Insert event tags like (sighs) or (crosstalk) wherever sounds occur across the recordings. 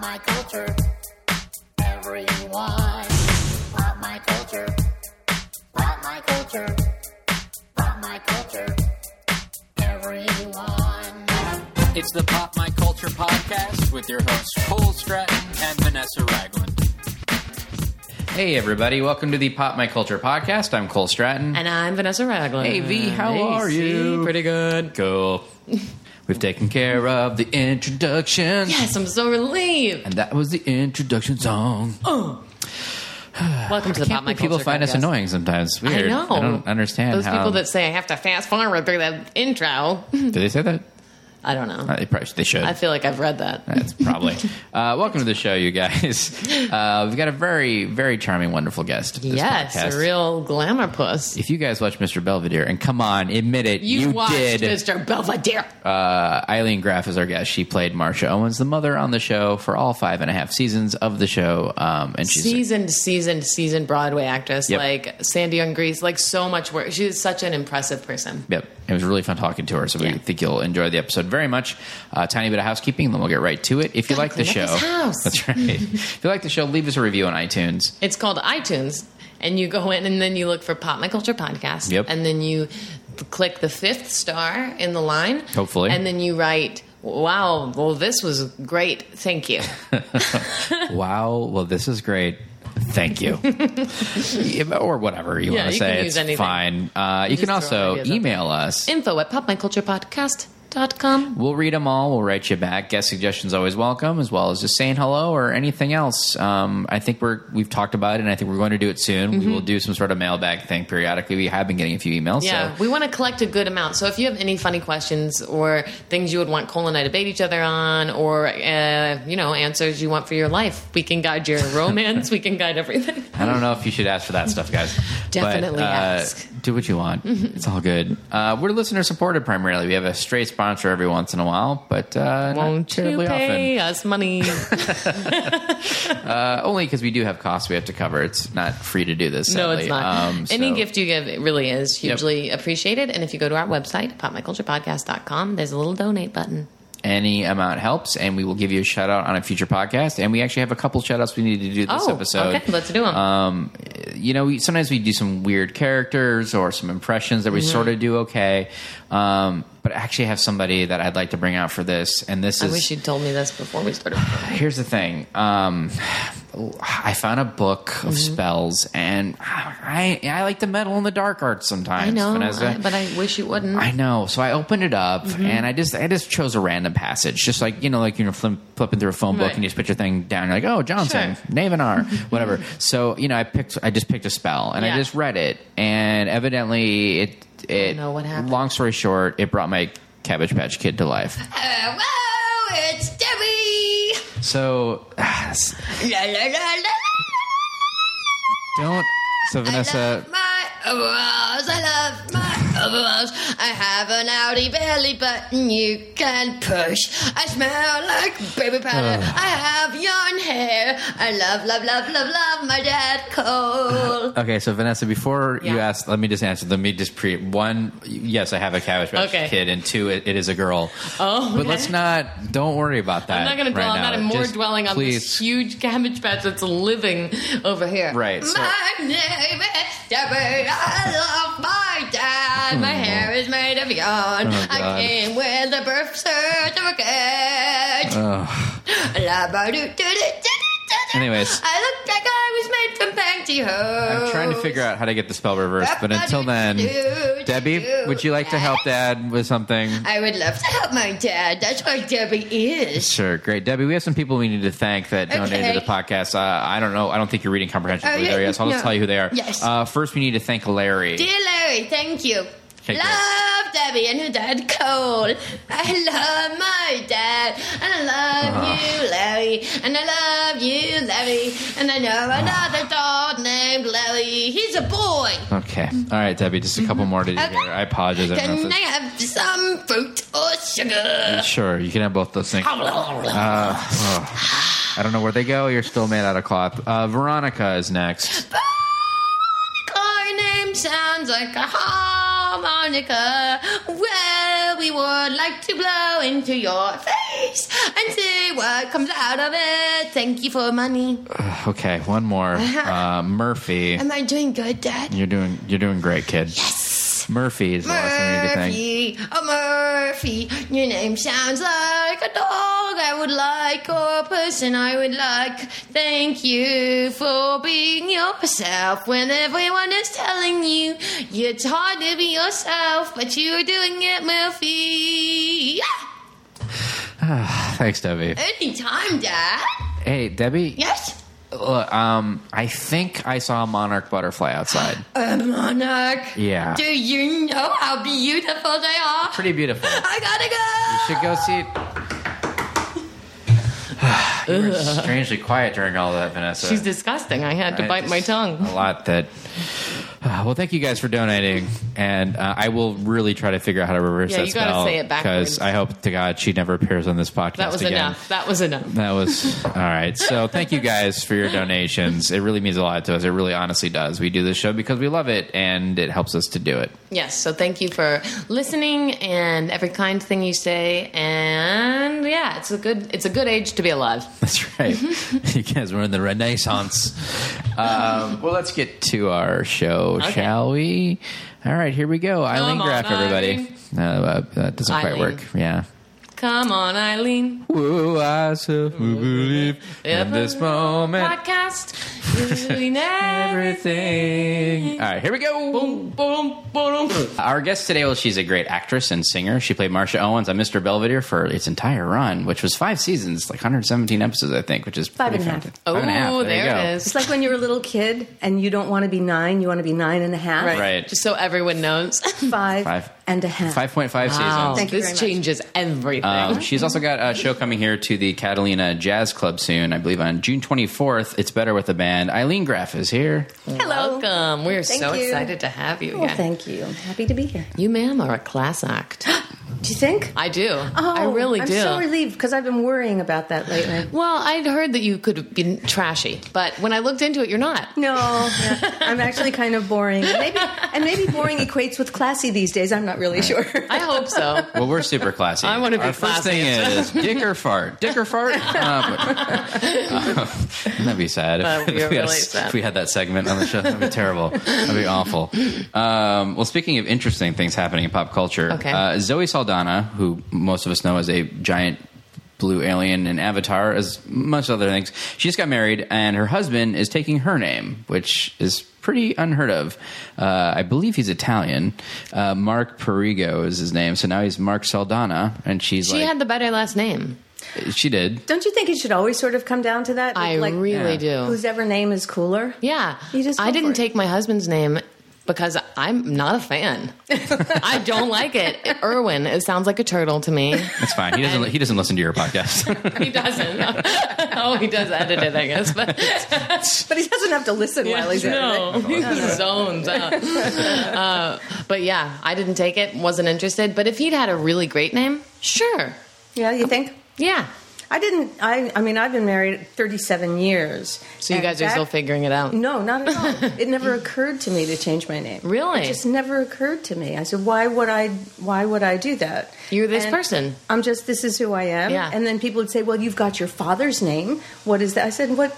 my culture. Everyone, pop my culture. Pop my culture. Pop my culture. Everyone. It's the Pop My Culture podcast with your hosts Cole Stratton and Vanessa Ragland. Hey everybody, welcome to the Pop My Culture podcast. I'm Cole Stratton. And I'm Vanessa Ragland. Hey, V, how are C, you? Pretty good. (laughs) Cool. We've taken care of the introduction. Yes, I'm so relieved. And that was the introduction song. Ah, Welcome to the Oh, Pop My people Culture find us Podcast. annoying sometimes. It's I weird. know. I don't understand Those how people that say I have to fast forward through that intro. Did they say that? I don't know. Uh, They probably they should. I feel like I've read that. That's probably. uh, welcome to the show, you guys. Uh, we've got a very, very charming, wonderful guest. This yes, podcast. a real glamour puss. If you guys watch Mr. Belvedere, and come on, admit it, you, watched did. Mr. Belvedere. uh, Eileen Graff is our guest. She played Marsha Owens, the mother on the show for all five and a half seasons of the show, um, and she's seasoned, seasoned, seasoned Broadway actress Yep. like Sandy on Grease, like so much work. She's such an impressive person. Yep. It was really fun talking to her, so we think you'll enjoy the episode very much. uh, tiny bit of housekeeping, and then we'll get right to it. If you Gotta like the clean show, up this house. that's (laughs) right. if you like the show, leave us a review on iTunes. It's called iTunes, and you go in and then you look for Pop My Culture Podcast. Yep. And then you click the fifth star in the line. Hopefully. And then you write, wow, well, this was great. (laughs) Thank you. wow. Well, this is great. Thank (laughs) you. Yeah, or whatever you Yeah, want to you say. can it's use anything. fine. Uh, you Just can throw also ideas out email us. Info at popmyculturepodcast.com. We'll read them all. We'll write you back. Guest suggestions always welcome, as well as just saying hello or anything else. Um, I think we're we've talked about it, and I think we're going to do it soon. Mm-hmm. We will do some sort of mailbag thing periodically. We have been getting a few emails. Yeah, so. we want to collect a good amount. So if you have any funny questions or things you would want Cole and I to bait each other on, or uh, you know answers you want for your life, we can guide your (laughs) romance. we can guide everything. I don't know if you should ask for that stuff, guys. (laughs) Definitely but, uh, ask. Mm-hmm. Do what you want. It's all good. Uh, we're listener supported primarily. We have a stray sponsor every once in a while, but uh, not Won't you terribly often. pay us money? Uh, only because we do have costs we have to cover. It's not free to do this. No, sadly. it's not. Um, (laughs) Any so- gift you give it really is hugely appreciated. And if you go to our website, popmyculturepodcast.com, there's a little donate button. any amount helps, and we will give you a shout out on a future podcast. And we actually have a couple shout outs we need to do this oh, episode. okay. Let's do them. Um, you know, we, sometimes we do some weird characters or some impressions that we Mm-hmm. sort of do okay. Um, but I actually have somebody that I'd like to bring out for this, and this I is wish you'd told me this before (sighs) we started. here's the thing. Um, I found a book of Mm-hmm. spells, and I I like to meddle in the dark arts sometimes. I know, Vanessa. I- but Mm-hmm. I wish you wouldn't. I know. So I opened it up and I just I just chose a random passage, just like you know, like you're flim- flipping through a phone book Right. and you just put your thing down. You're like, oh, Johnson, Sure. (laughs) Navinar, whatever. So you know, I picked I just picked a spell and I Yeah. just read it, and evidently it it. know what happened. Long story short, it brought my Cabbage Patch Kid to life. Uh, whoa, it's Debbie! So (sighs) La, la, la, la, don't. So la. Vanessa, My overalls, I love my overalls. I have an outie belly button you can push. I smell like baby powder. Oh. I have yarn hair. I love, love, love, love, love my dad (laughs) Cole. Okay, so Vanessa, before you Yeah. ask, let me just answer. Let me just pre one. Yes, I have a cabbage patch Okay. kid, and two, it, it is a girl. (laughs) Oh, but okay. let's not. Don't worry about that. I'm not going to dwell right on that. now. I'm more Just dwelling on this please. huge cabbage patch that's living over here. Right, so- my name is Debbie. I love my dad. My hair is made of yarn. Oh, God. I came with a birth certificate. Ugh. (laughs) Anyways. I looked like I was made from pantyhose. I'm trying to figure out how to get the spell reversed, but until then, Debbie, would you like to help Dad with something? I would love to help my dad. That's what Debbie is. Sure, great, Debbie. We have some people we need to thank that donated Okay. to the podcast. Uh, I don't know. I don't think you're reading comprehension Oh, fully yeah, there yet. So I'll just no. tell you who they are. Yes. Uh, first, we need to thank Larry. Dear Larry, thank you. Thank you. love Debbie and her dad Cole. I love my dad. And I love Uh-huh. you, Larry. And I love you, Larry. And I know another dog named Larry. He's a boy. okay. All right, Debbie. Just a couple more to do Mm-hmm. Okay. here. I apologize. I don't know if Can I this- have some fruit or sugar? Sure, you can have both those things. Uh, oh. I don't know where they go. You're still made out of cloth. Uh, Veronica is next. Car name sounds like a harmonica. Well, we would like to blow into your face and see what comes out of it. Thank you for money. Okay, one more. Uh-huh. Uh, Murphy, Am I doing good, Dad? you're doing you're doing great, kid. Yes. Murphy is the last one you can think. Murphy, oh Murphy, your name sounds like a dog I would like or a person I would like. Thank you for being yourself when everyone is telling you it's hard to be yourself, but you're doing it, Murphy. Yeah, Thanks, Debbie. anytime, Dad. Hey, Debbie. Yes, Look, um, I think I saw a monarch butterfly (gasps) outside. a monarch. Yeah. Do you know how beautiful they are? Pretty beautiful. I gotta go. Should go see. (sighs) (laughs) you were strangely quiet during all that, Vanessa. She's disgusting. I had to I bite my just- tongue. A lot that. Uh, well, thank you guys for donating, and uh, I will really try to figure out how to reverse Yeah, that you gotta spell. say it backwards. because I hope to God she never appears on this podcast. That was again. enough. That was enough. That was all right. So thank you guys for your donations. It really means a lot to us. It really honestly does. We do this show because we love it, and it helps us to do it. Yes. So thank you for listening and every kind thing you say. And yeah, it's a good it's a good age to be alive. (laughs) That's (laughs) right. you guys were in the Renaissance. Um, well, let's get to our show, Okay. shall we? All right, here we go. Eileen on, Graf, everybody. Eileen. No, uh, that doesn't quite Eileen. work. Yeah. Come on, Eileen. Woo, I so believe in this moment. Podcast. (laughs) You never Everything. All right, here we go. boom boom boom. Our guest today, well, she's a great actress and singer. She played Marsha Owens on Mr. Belvedere for its entire run, which was five seasons, like 117 episodes, I think, which is Five pretty and a half. fantastic. Oh, Five and a half, there, you go. it is. It's like when you're a little kid and you don't want to be nine, you want to be nine and a half. Right. Just so everyone knows. Five, Five. and a half. Five point five seasons. Thank you this very much. changes everything. Um, she's also got a show coming here to the Catalina Jazz Club soon, I believe on June 24th. It's Better with the Band. Eileen Graff is here. Hello. Welcome. We're Thank so you. excited to have you. Well, yeah. thank you. I'm happy to be here. you, ma'am, are a class act. (gasps) Do you think? I do. I really Oh, I'm do. so relieved because I've been worrying about (laughs) that lately. Well, I'd heard that you could be trashy, but when I looked into it, you're not. No, yeah, I'm actually kind of boring. Maybe, and maybe boring equates with classy these days. I'm not really sure. (laughs) I hope so. Well, we're super classy. (laughs) I wanna be Our first classy. thing is dick or fart. Dick or fart. (laughs) Uh, (laughs) but- wouldn't that be sad? That would be if, we had really a s- sad. if we had that segment on the show, that'd be terrible. That'd be awful. Um, well, speaking of interesting things happening in pop culture, Okay. uh, Zoe Saldana, who most of us know as a giant. Blue alien and Avatar, as most other things. She just got married, and her husband is taking her name, which is pretty unheard of. Uh, I believe he's Italian. Uh, Mark Perigo is his name, so now he's Mark Saldana, and she's She like, had the better last name. she did. Don't you think it should always sort of come down to that? I like, really do. Whose ever name is cooler? yeah. You just go I for didn't it. take my husband's name because I'm not a (laughs) fan. I don't like it. Irwin, it sounds like a turtle to me. It's fine. He (laughs) doesn't. he doesn't listen to your podcast. He doesn't. (laughs) oh, he does edit it, I guess. (laughs) But But he doesn't have to listen while he's at it. no, (laughs) he zones (laughs) out. Uh, but yeah, I didn't take it. Wasn't interested. But if he'd had a really great name, sure. Yeah, you think? Yeah. I didn't. I. I mean, I've been married 37 years. So you And guys are that- still figuring it out. No, not at all. (laughs) it never occurred to me to change my name. Really? It just never occurred to me. I said, why would I? Why would I do that? You're this And person. I'm just. This is who I am. Yeah. And then people would say, well, you've got your father's name. What is that? I said, what?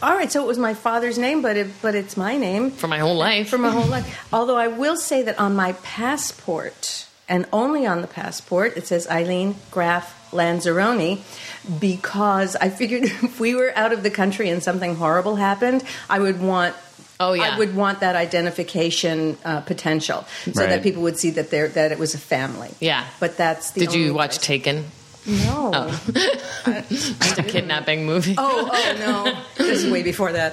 All right, so it was my father's name, but it, but it's my name For my whole life. for my whole life. (laughs) Although I will say that on my passport, and only on the passport, it says Eileen Graf Lanzarone, because I figured (laughs) if we were out of the country and something horrible happened, I would want. Oh, yeah. I would want that identification uh, potential so Right. that people would see that there that it was a family. Yeah. but that's the. Did only you watch Oh. place. Taken? No. It's a kidnapping movie. Oh, oh no! this is way before that.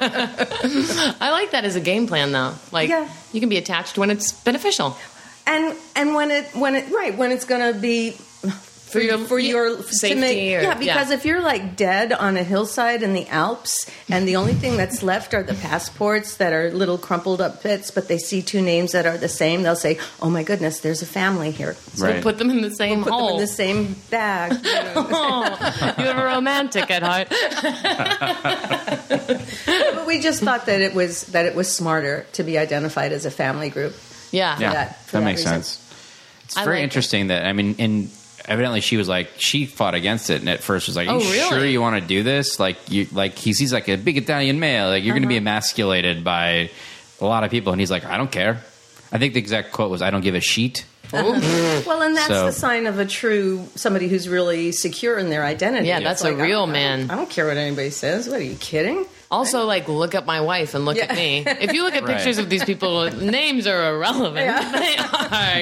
I like that as a game plan, though. Like, Yeah. you can be attached when it's beneficial. And and when it when it right when it's going to be for, your- for yeah, your safety to make, or- yeah because yeah. if you're like dead on a hillside in the Alps and the only thing that's left are the passports that are little crumpled up bits but they see two names that are the same they'll say oh my goodness there's a family here We'll put them in the same put them hole. in the same bag you know. oh, (laughs) you're a romantic at heart. (laughs) but we just thought that it was that it was smarter to be identified as a family group Yeah. yeah, that- that, for that makes reason. sense. It's I very like it. interesting that I mean, and evidently she was like she fought against it, and at first was like, Are Oh, "You really? sure you want to do this?" Like you, like he sees like a big Italian male, like you're going to be emasculated by a lot of people, and he's like, "I don't care." I think the exact quote was, "I don't give a sheet." well and that's So- the sign of a true somebody who's really secure in their identity Yeah, It's that's a real I don't- man. I don't care what anybody says what are you kidding Also, like, look at my wife and look Yeah. at me. If you look at (laughs) Right. pictures of these people, names are irrelevant. (laughs) They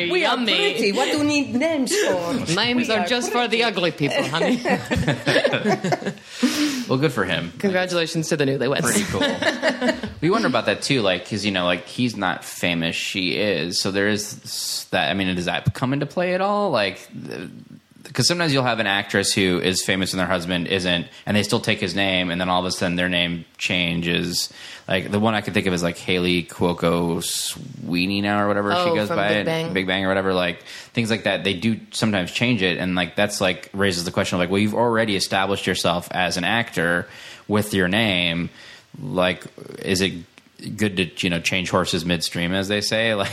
are we yummy. are pretty what do you need (laughs) names for Names We are, are just for the (laughs) ugly people, honey. Well, good for him. Congratulations to the newlyweds. Pretty cool. we wonder about that too, like because you know, like he's not famous, she is. So there is that. I mean, does that come into play at all? Like, because sometimes you'll have an actress who is famous and their husband isn't, and they still take his name, and then all of a sudden their name changes. Like the one I can think of is like Haley Cuoco Sweeney now or whatever Oh, she goes from by Big it, Bang. Big Bang or whatever. Like things like that, they do sometimes change it, and like that's like raises the question of like, well, you've already established yourself as an actor with your name. Like, is it good to you know change horses midstream, as they say? (laughs) Like,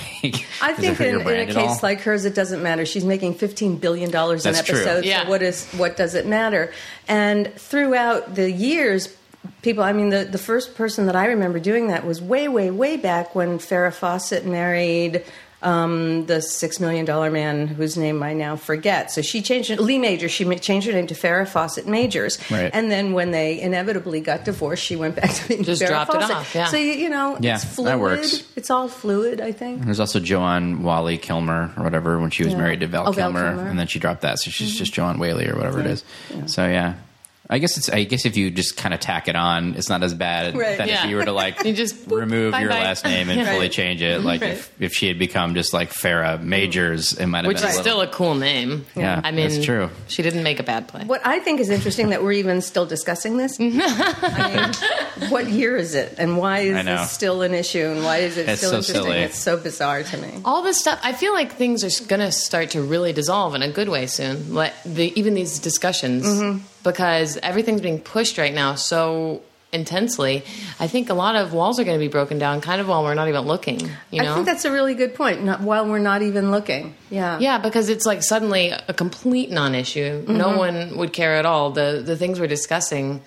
I is it think hurt your in, in brand a at all? case like hers, it doesn't matter. She's making fifteen billion dollars an That's true. episode. Yeah. So what is what does it matter? And throughout the years, people. I mean, the the first person that I remember doing that was way, way, way back when Farrah Fawcett married. Um, the six million dollar man whose name I now forget. So she changed it- Lee Majors. She ma- changed her name to Farrah Fawcett Majors. Right. And then when they inevitably got divorced, she went back to being Just Farrah dropped it Fawcett. off, yeah. So you, you know, Yeah, it's that fluid. works. It's all fluid. I think. There's also Joanne Wally Kilmer or whatever when she was Yeah. married to Val, Oh, Val Kilmer, Kilmer. Mm-hmm. and then she dropped that, so she's just Joanne Whaley or whatever it is. So yeah, I guess it's I guess if you just kind of tack it on, it's not as bad Right. than Yeah. if you were to like (laughs) You just boop, remove your bye-bye. last (laughs) name and Yeah. fully Right. change it. Like if, if she had become just like Farah Majors, it might have Which been is a little- still a cool name. Yeah, I mean, that's true. She didn't make a bad play. What I think is interesting that we're even still discussing (laughs) this. I mean, what year is it, and why I is know. this still an issue, and why is it It's still so interesting? silly. It's so bizarre to me. all this stuff i feel like things are going to start to really dissolve in a good way soon like the, even these discussions Mm-hmm. because everything's being pushed right now so intensely i think a lot of walls are going to be broken down kind of while we're not even looking you know I think that's a really good point. Not, while we're not even looking, yeah, yeah because it's like suddenly a complete non-issue no one would care at all the the things we're discussing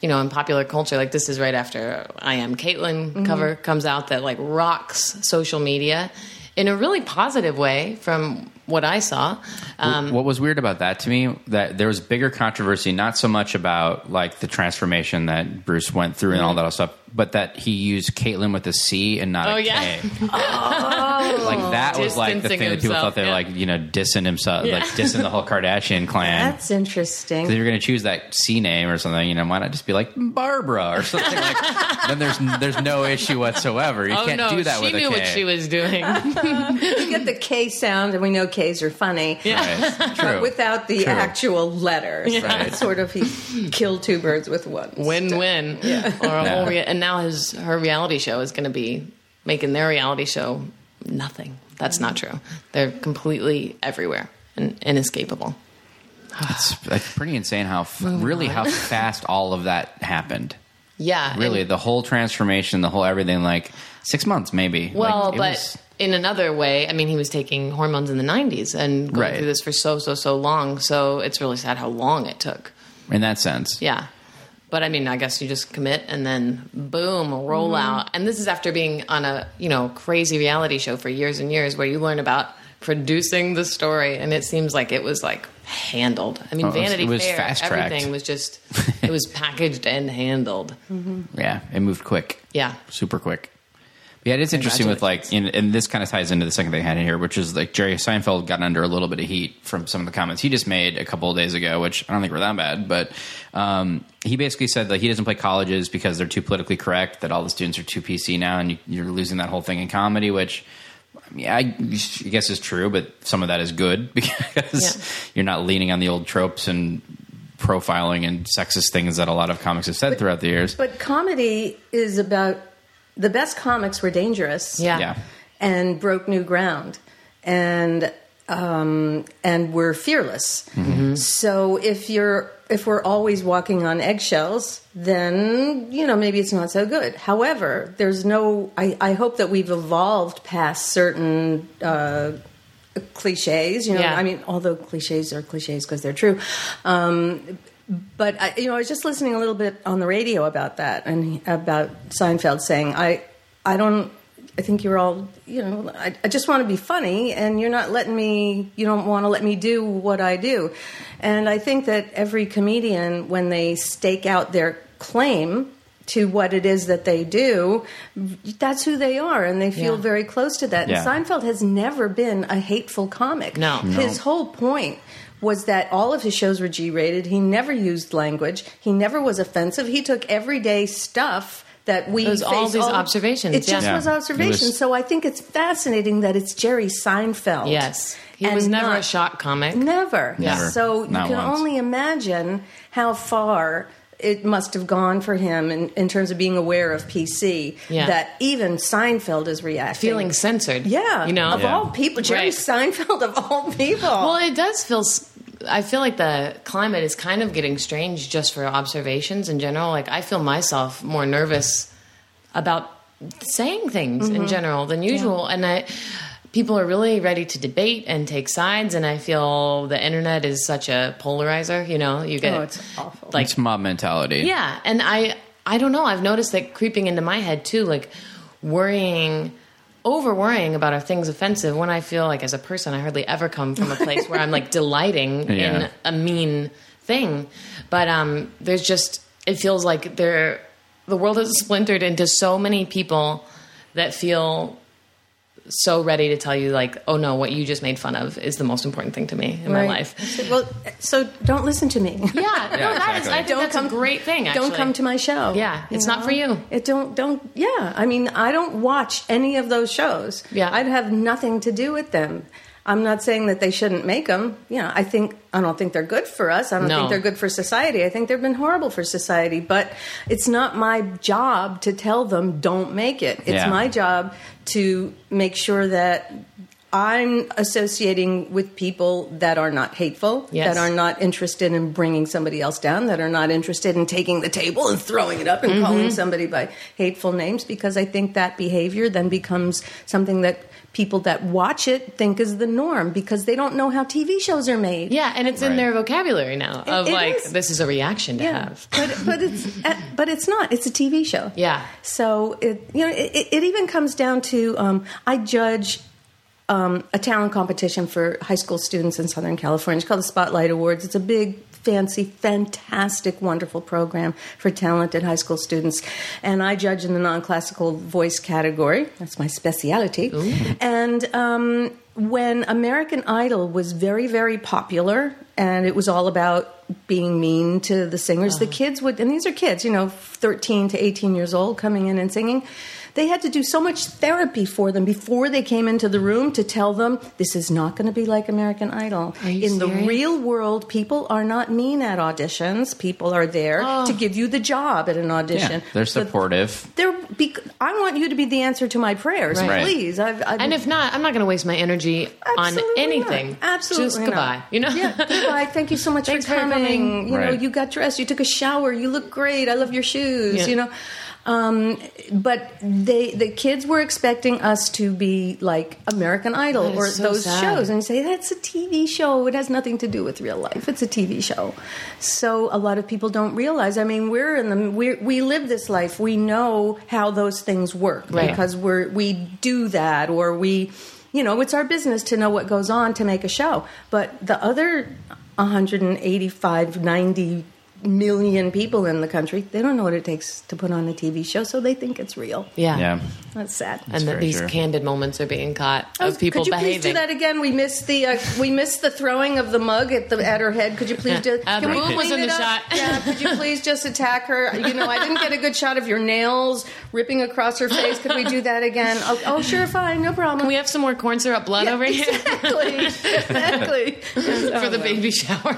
you know in popular culture like this is right after i am caitlyn cover comes out that like rocks social media in a really positive way from what i saw Um, what was weird about that to me that there was bigger controversy not so much about like the transformation that bruce went through and all that stuff but that he used caitlyn with a c and not Mm-hmm. Oh, a K. yeah. (laughs) (laughs) Oh. like that was like the Distancing thing that people himself, thought they were yeah. like you know dissing himself Yeah. like dissing (laughs) the whole kardashian clan That's interesting. if you're going to choose that C name or something, you know, why not just be like Barbara or something like? (laughs) then there's there's no issue whatsoever. You oh can't no do that she with a knew K. what she was (laughs) doing you get the K sound, and we know Ks are funny. (laughs) Right. True. Without the True. actual letters, Right. sort of he killed two birds with one. win-win or a Yeah. whole rea- and now his her reality show is going to be making their reality show nothing that's not true they're completely everywhere and inescapable it's, it's pretty insane how f- really how (laughs) fast all of that happened. yeah and- Really, the whole transformation, the whole everything, like six months maybe. well Like, it but was- in another way i mean he was taking hormones in the 90s and going Right. through this for so so so long so it's really sad how long it took in that sense, Yeah. But I mean, I guess you just commit and then boom, roll Mm-hmm. out. And this is after being on a, you know, crazy reality show for years and years where you learn about producing the story and it seems like it was like handled. I mean, Oh, it was- Vanity it was Fair, fast-tracked. everything was just (laughs) it was packaged and handled. yeah, it moved quick. Yeah. super quick. Yeah, it is interesting with like, in, and this kind of ties into the second thing I had in here, which is like Jerry Seinfeld got under a little bit of heat from some of the comments he just made a couple of days ago, which I don't think were that bad, but um, he basically said that he doesn't play colleges because they're too politically correct, that all the students are too PC now, and you, you're losing that whole thing in comedy, which yeah, I I guess is true, but some of that is good (laughs) because Yeah. you're not leaning on the old tropes and profiling and sexist things that a lot of comics have said throughout the years. But comedy is about the best comics were dangerous. Yeah. yeah. and broke new ground and um, and were fearless. So if you're if we're always walking on eggshells, then you know maybe it's not so good. However, there's no. I, I hope that we've evolved past certain uh, cliches. You know, Yeah. I mean, although cliches are cliches because they're true. Um, but I, you know, I was just listening a little bit on the radio about that and about Seinfeld saying, "I, I don't. I think you're all. You know, I, I just want to be funny, and you're not letting me. You don't want to let me do what I do." And I think that every comedian, when they stake out their claim to what it is that they do, that's who they are, and they feel Yeah. very close to that. Yeah. And Seinfeld has never been a hateful comic. No. No. His whole point was that all of his shows were G rated. He never used language. He never was offensive. He took everyday stuff that we It was all face these observations, It just yeah. was Yeah. observations. He was- so I think it's fascinating that it's Jerry Seinfeld. Yes. He and was never not- a shock comic. Never. Never. So you Not can once. only imagine how far it must have gone for him in, in terms of being aware of PC Yeah. that even Seinfeld is reacting. Feeling censored. Yeah. You know? of Yeah. all people, Jerry Right. Seinfeld of all people. Well, it does feel. s- I feel like the climate is kind of getting strange just for observations in general. Like, I feel myself more nervous about saying things in general than usual. And I. People are really ready to debate and take sides, and I feel the internet is such a polarizer. You know, you get Oh, it's awful. like It's mob mentality. yeah, and I I don't know. I've noticed that creeping into my head too, like worrying over worrying about are things offensive when I feel like as a person I hardly ever come from a place where (laughs) I'm like delighting Yeah. in a mean thing. But um there's just it feels like there the world is (laughs) splintered into so many people that feel so ready to tell you like, oh no, what you just made fun of is the most important thing to me in my Right. life. So- Well, so don't listen to me. (laughs) Yeah, no, that is. exactly. I think Don't that's come- a great thing. Don't actually. come to my show. Yeah, it's not for you. It don't don't yeah. I mean, I don't watch any of those shows. Yeah. I'd have nothing to do with them. I'm not saying that they shouldn't make them. You know, I think I don't think they're good for us. I don't No. think they're good for society. I think they've been horrible for society. But it's not my job to tell them don't make it. It's Yeah. my job to make sure that I'm associating with people that are not hateful, Yes. that are not interested in bringing somebody else down, that are not interested in taking the table and throwing it up Mm-hmm. and calling somebody by hateful names, because I think that behavior then becomes something that people that watch it think is the norm because they don't know how TV shows are made. Yeah, and it's in Right. their vocabulary now of it like is. this is a reaction to Yeah, have. but but it's uh, but it's not. It's a TV show. Yeah. So it you know it, it- it even comes down to um, I judge um, a talent competition for high school students in Southern California. It's called the Spotlight Awards. It's a big, fancy, fantastic, wonderful program for talented high school students, and I judge in the non-classical voice category. That's my specialty. And um, when American Idol was very, very popular, and it was all about being mean to the singers, Uh-huh. the kids would, and these are kids, you know, 13 to 18 years old coming in and singing. They had to do so much therapy for them before they came into the room to tell them this is not going to be like American Idol. Are you in the serious? real world, people are not mean at auditions. People are there Oh. to give you the job at an audition. Yeah. They're supportive. They're bec- I want you to be the answer to my prayers, Right. please. I've, I've, And if not, I'm not going to waste my energy on Absolutely anything. not. Absolutely. Just not. goodbye. You know? Yeah, (laughs) goodbye. Thank you so much Thanks for for coming. coming. You know, Right. you got dressed, you took a shower, you look great. I love your shoes, Yeah. you know. Um, but they the kids were expecting us to be like American Idol That is or so those sad. shows and say that's a TV show. It has nothing to do with real life. It's a TV show. So a lot of people don't realize. I mean, we're in the we we live this life. We know how those things work Right. because we're we do that or we you know it's our business to know what goes on to make a show but the other 185 90 million people in the country. They don't know what it takes to put on a TV show, so they think it's real. (laughs) Yeah. Yeah. That's sad. And that very these true. candid moments are being caught Oh, of people Could you behaving. please do that again? We missed the uh, we missed the throwing of the mug at the at her head. Could you please Yeah. do? Uh, can we Boom was clean in the it up? shot. Yeah. Could you please just attack her? You know, I didn't get a good shot of your nails ripping across her face. Could we do that again? Oh, oh sure, fine, no problem. Can we have some more corn syrup blood over here exactly, Oh, exactly. (laughs) for the baby (laughs) shower?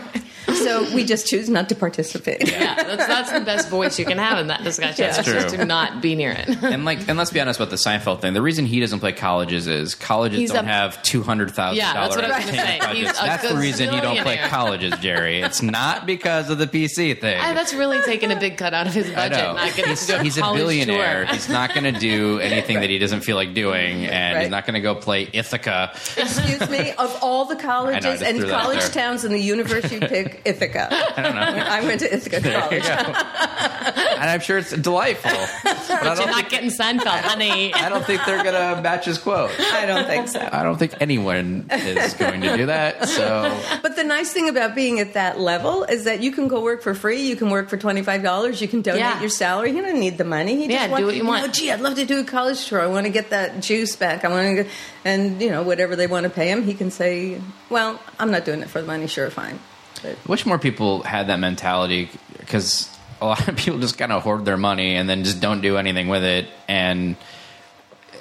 So we just choose not to participate. yeah, that's, that's the best voice you can have in that discussion. That's It's Just true. to not be near it. (laughs) And like, and let's be honest about the Seinfeld thing. The reason he doesn't play colleges is colleges He's don't a- have two hundred thousand Yeah, that's what I was gonna say. He's a That's the reason you don't play gazillionaire. colleges, Jerry. It's not because of the PC thing. Ah, that's really taking a big cut out of his I budget. know. Not getting He's, to do a he's a college billionaire. tour. He's not going to do anything that he doesn't feel like doing, and Right. he's not going to go play (laughs) Ithaca. Excuse me. Of all the colleges I just and threw that out college there. towns in the universe, you pick Ithaca. I don't know. I went (laughs) to Ithaca There you College. (laughs) go. and I'm sure it's delightful, but I You're don't, not think, getting Seinfeld, honey. I don't think they're going to match his quote. I don't think so. I don't think anyone is going to do that. So But the nice thing about being at that level is that you can go work for free. You can work for twenty five dollars. You can donate Yeah. your salary. You don't need the money. You Yeah, just want, do what you want. know, Gee, I'd love to do a college tour. I want to get that juice back. I want to, go, and you know, whatever they want to pay him, he can say, "Well, I'm not doing it for the money. Sure, fine." But wish more people had that mentality because a lot of people just kind of hoard their money and then just don't do anything with it and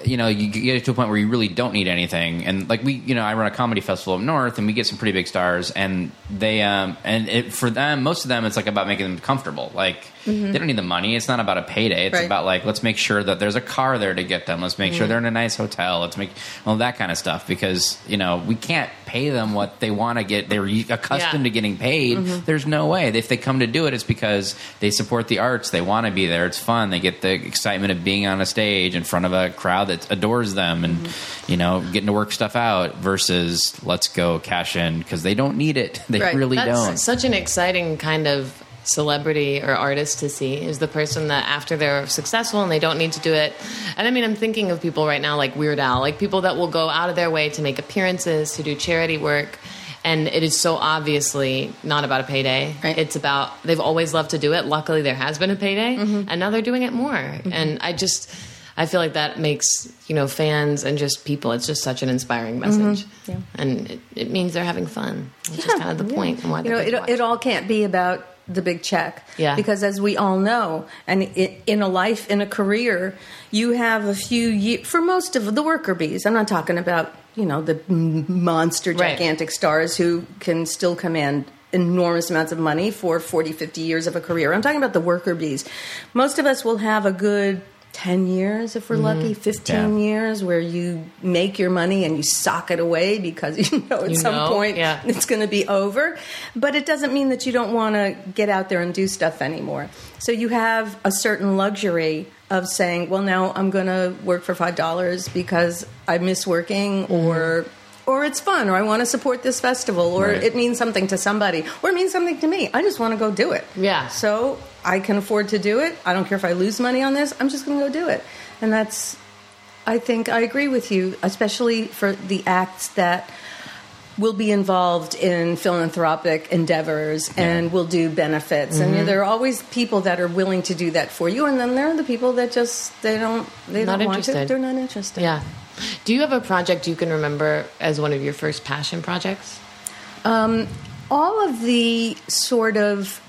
you know you get to a point where you really don't need anything and like we you know i run a comedy festival up north and we get some pretty big stars and they um and it, for them most of them it's like about making them comfortable like they don't need the money it's not about a payday it's Mm-hmm. Right. about like let's make sure that there's a car there to get them let's make sure they're in a nice hotel let's make all that kind of stuff because you know we can't pay them what they want to get they're accustomed Yeah. Mm-hmm. to getting paid there's no way if they come to do it it's because they support the arts they want to be there it's fun they get the excitement of being on a stage in front of a crowd that adores them and Mm-hmm. you know getting to work stuff out versus let's go cash in because they don't need it (laughs) they Right. really That's don't such an exciting kind of celebrity or artist to see is the person that after they're successful and they don't need to do it. And I mean, I'm thinking of people right now like Weird Al, like people that will go out of their way to make appearances, to do charity work. And it is so obviously not about a payday. Right. It's about they've always loved to do it. Luckily, there has been a payday, and now they're doing it more. And I just, I feel like that makes you know fans and just people. It's just such an inspiring message, and it, it means they're having fun, which is kind of the point. And why you know, they're it, people it all can't be about the big check. Yeah. Because as we all know, and i in a life, in a career, you have a few years, for most of the worker bees, I'm not talking about, you know, the m- monster, Right. gigantic stars who can still command enormous amounts of money for 40, 50 years of a career. I'm talking about the worker bees. Most of us will have a good 10 years if we're Mm-hmm. lucky 15 Yeah. years where you make your money and you sock it away because (laughs) you know at You some know, point (laughs) yeah. it's going to be over. But it doesn't mean that you don't want to get out there and do stuff anymore. So you have a certain luxury of saying, well, now I'm going to work for $5 because I miss working or. Or it's fun, or I want to support this festival, or Right. it means something to somebody, or it means something to me. I just want to go do it. Yeah. So I can afford to do it. I don't care if I lose money on this. I'm just going to go do it. And that's, I think, I agree with you, especially for the acts that will be involved in philanthropic endeavors and will do benefits Mm-hmm. and there are always people that are willing to do that for you and then there are the people that just they don't they Not don't want interested. to they're not interested yeah. Do you have a project you can remember as one of your first passion projects? Um, all of the sort of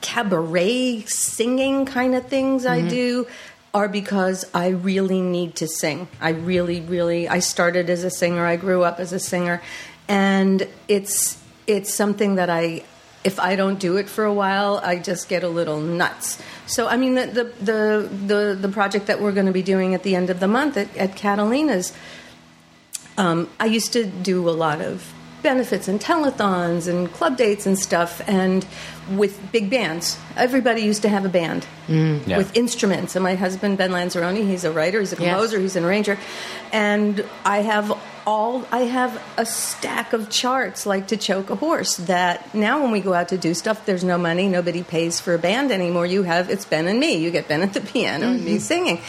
cabaret singing kind of things I do are because I really need to sing. I really, really I started as a singer, I grew up as a singer, and it's it's something that I if I don't do it for a while, I just get a little nuts. So I mean the the the the, the project that we're going to be doing at the end of the month at, at Catalina's Um, I used to do a lot of benefits and telethons and club dates and stuff, and with big bands. Everybody used to have a band Yeah. with instruments. And my husband, Ben Lanzarone, he's a writer, he's a Yes. composer, he's an arranger. And I have all, I have a stack of charts like To Choke a Horse that now when we go out to do stuff, there's no money, nobody pays for a band anymore. You have, it's Ben and me. You get Ben at the piano and me singing.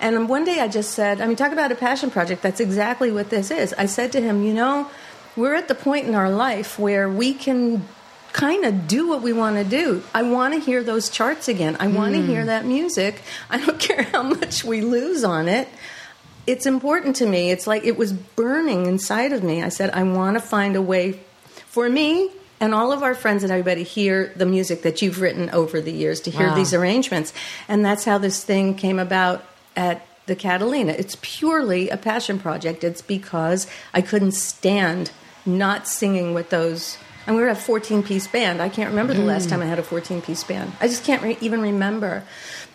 And one day I just said, I mean, talk about a passion project. That's exactly what this is. I said to him, you know, we're at the point in our life where we can kind of do what we want to do. I want to hear those charts again. I want to hear that music. I don't (laughs) care how much we lose on it. It's important to me. It's like it was burning inside of me. I said, I want to find a way for me and all of our friends and everybody hear the music that you've written over the years to hear Wow. these arrangements. And that's how this thing came about at the Catalina. It's purely a passion project. It's because I couldn't stand not singing with those. And we were a 14 piece band. I can't remember the last time I had a 14 piece band. I just can't re- even remember.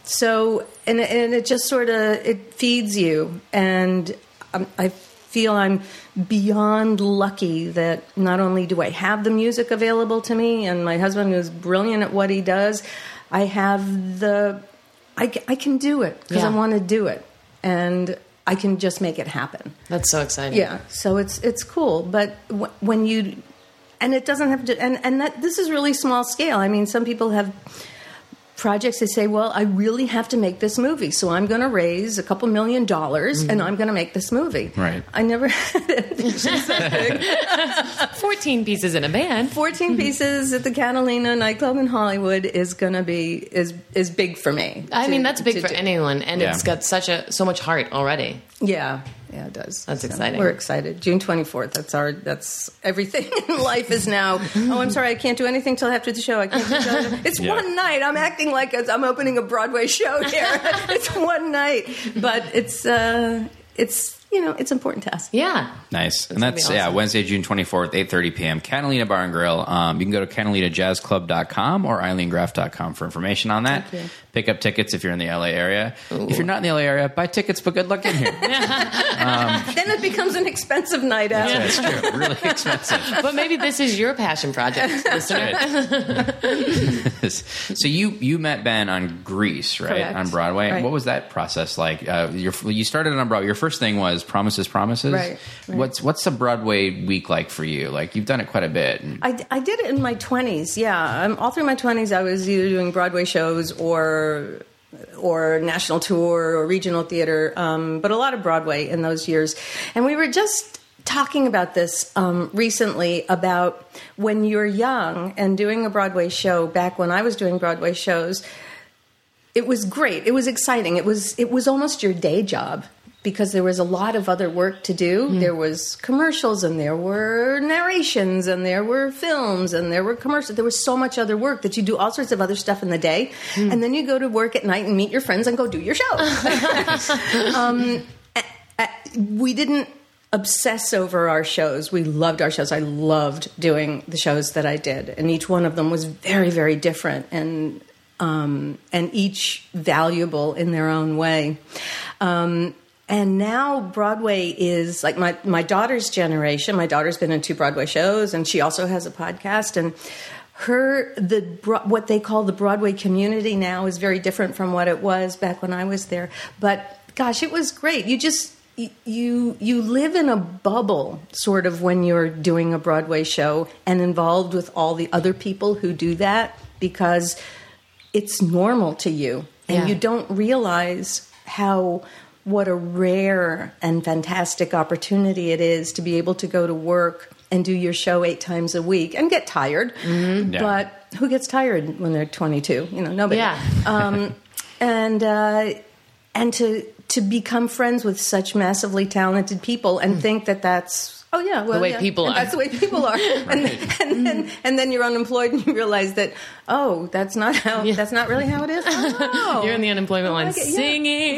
So, and, and it just sort of, it feeds you. And um, I feel I'm beyond lucky that not only do I have the music available to me, and my husband is brilliant at what he does, I have the, I, c- I can do it because I Yeah. want to do it, and I can just make it happen. That's so exciting. Yeah, so it's it's cool, but w- when you, and it doesn't have to, and and that this is really small scale. I mean, some people have projects they say well i really have to make this movie so i'm going to raise a couple million dollars and i'm going to make this movie Right. i never (laughs) had Fourteen pieces in a band. 14 pieces at the Catalina nightclub in Hollywood is going to be is is big for me. I to- mean, that's big to for do. anyone, and it's Yeah. got such a so much heart already. Yeah. Yeah, it does. That's exciting. We're excited. June 24th. That's our that's everything (laughs) in life is now. Oh, I'm sorry. I can't do anything till after the show. I can't do (laughs) that. It's Yeah. one night. I'm acting like it's- I'm opening a Broadway show here. (laughs) it's one night, but it's uh it's you know, it's important to us. Yeah, Nice. and that's, be yeah, awesome. Wednesday, June 24th, 8.30 p.m., Catalina Bar and Grill. Um, you can go to catalinajazzclub.com or eileengraff.com for information on that. Pick up tickets if you're in the LA area. If you're not in the LA area, buy tickets, but good luck in (laughs) here. Then it becomes an expensive night out. That's true. Really expensive. (laughs) but maybe this is your passion (laughs) project, listener. (laughs) so you, you met Ben on Grease, right? Correct. On Broadway. Right. What was that process like? Uh, your, you started on Broadway. Your first thing was Promises, Promises. Right, right. What's, what's a Broadway week like for you? Like, you've done it quite a bit. I, I did it in my 20s yeah um, all through my 20s i was either doing broadway shows or or national tour or regional theater um, but a lot of broadway in those years and we were just talking about this um, recently about when you're young and doing a broadway show back when i was doing broadway shows it was great. It was exciting. It was it was almost your day job because there was a lot of other work to do. There was commercials and there were narrations and there were films and there were commercials. There was so much other work that you do all sorts of other stuff in the day and then you go to work at night and meet your friends and go do your show. (laughs) Um, we didn't obsess over our shows. We loved our shows. I loved doing the shows that I did, and each one of them was very, very different and um, and each valuable in their own way. Um, and now Broadway is like my my daughter's generation. My daughter's been in two Broadway shows, and she also has a podcast and. Her the Bro- what they call the Broadway community now is very different from what it was back when I was there. But gosh, it was great. You just you you live in a bubble sort of when you're doing a Broadway show and involved with all the other people who do that because it's normal to you and Yeah. you don't realize how what a rare and fantastic opportunity it is to be able to go to work and do your show eight times a week and get tired Yeah. but who gets tired when they're 22 you know nobody Yeah. (laughs) um, and uh, and to to become friends with such massively talented people and think that that's oh yeah well, Hmm. The way yeah, people are. and Mm-hmm. that's the way (laughs) people are and, then, and then and then you're unemployed and you realize that oh that's not how that's not really how (laughs) it is oh. You're in the unemployment line like it, yeah. singing.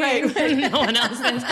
(laughs) Right, no one else is.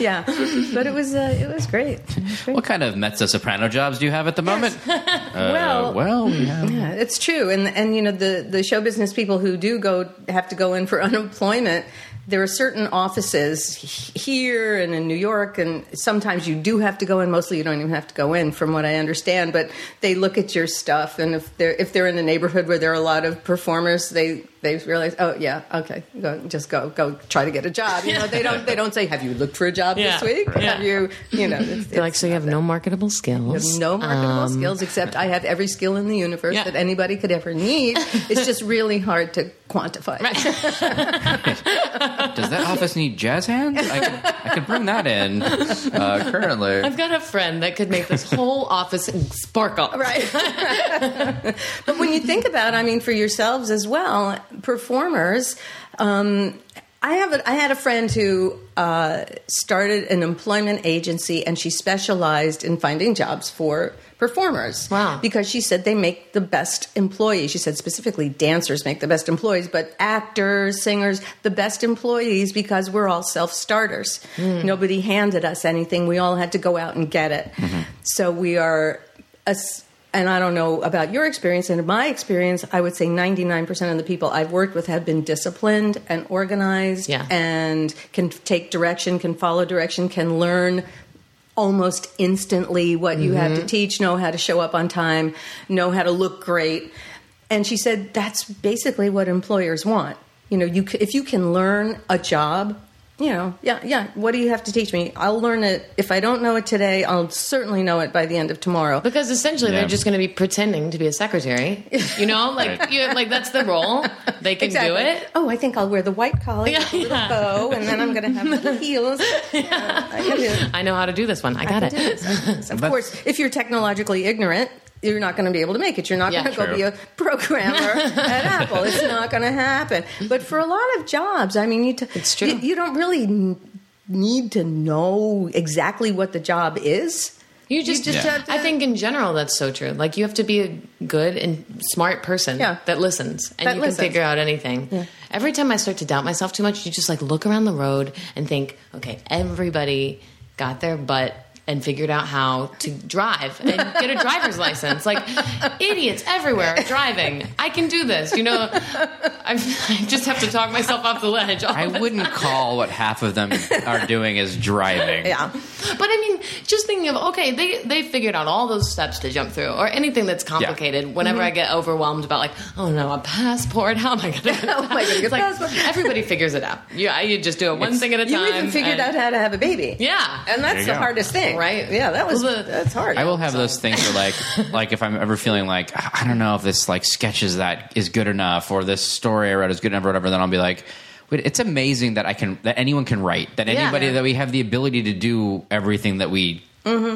yeah but it was uh, it was great What kind of mezzo soprano jobs do you have at the moment? Uh, (laughs) Well- well, we have. Yeah, it's true, and and you know the the show business people who do go have to go in for (laughs) unemployment. There are certain offices he- here and in New York, and sometimes you do have to go in. Mostly, you don't even have to go in, from what I understand. But they look at your stuff, and if they're if they're in a neighborhood where there are a lot of performers, they they realize, oh yeah, okay, go, just go, go try to get a job. You know, they don't, they don't say, have you looked for a job Yeah. this week? Right. Have you, you know, it's, They're like, so you have no marketable I have skills. no marketable Um, skills except I have every skill in the universe Yeah. that anybody could ever need. It's (laughs) just really hard to quantify. Does that office need jazz hands? I could, I could bring that in uh, currently. (laughs) I've got a friend that could make this whole office sparkle. (laughs) Right. (laughs) but when you think about, I mean, for yourselves as well, performers. Um, I have. A, I had a friend who uh, started an employment agency, and she specialized in finding jobs for performers. Wow. Because she said they make the best employees. She said specifically dancers make the best employees, but actors, singers, the best employees because we're all self starters. Nobody handed us anything. We all had to go out and get it. So we are us- and I don't know about your experience, and in my experience, I would say 99% of the people I've worked with have been disciplined and organized Yeah. and can take direction, can follow direction, can learn almost instantly what you have to Mm-hmm. teach, know how to show up on time, know how to look great. And she said that's basically what employers want. You know, you c- if you can learn a job, you know, yeah, yeah, what do you have to teach me? I'll learn it. If I don't know it today, I'll certainly know it by the end of tomorrow. Because essentially, Yeah. they're just going to be pretending to be a secretary. You know, like Right. you, like that's the role. They can do it. Oh, I think I'll wear the white (laughs) collar, Yeah, with a little yeah. bow, and then I'm going to have little (laughs) heels. Yeah, I can do it. I know how to do this one. I got I it. can do this. Of But- course, if you're technologically ignorant, you're not going to be able to make it. You're not Yeah. going to go True. be a (laughs) programmer at Apple. It's not going to happen. But for a lot of jobs, I mean, you t- It's true. You, you don't really n- need to know exactly what the job is. You just, just Yeah. have to- I think in general that's so true. Like you have to be a good and smart person Yeah. that listens and That you listens. can figure out anything. Every time I start to doubt myself too much, you just like look around the road and think, okay, everybody got their butt and figured out how to drive and get a (laughs) driver's license. Like idiots everywhere are driving. I can do this. You know, I've, (laughs) I just have to talk myself off the ledge. all I the wouldn't call what half of them are doing as driving. Yeah. But I mean, just thinking of okay, they they figured out all those steps to jump through, or anything that's complicated. Whenever Mm-hmm. I get overwhelmed about like, oh no, a passport, how am I (laughs) gonna? (laughs) How am I gonna get It's like, passport? everybody figures it out. Yeah, you just do it one thing at a time. You even figured and- out how to have a baby. Yeah. And that's you the go. hardest thing. Right. Yeah, that was, Well, the- that's hard. I will have those things where like like if I'm ever feeling like I I don't know if this like sketch is that is good enough or this story I read is good enough or whatever, then I'll be like Wait, it's amazing that I can that anyone can write that Yeah. anybody that we have the ability to do everything that we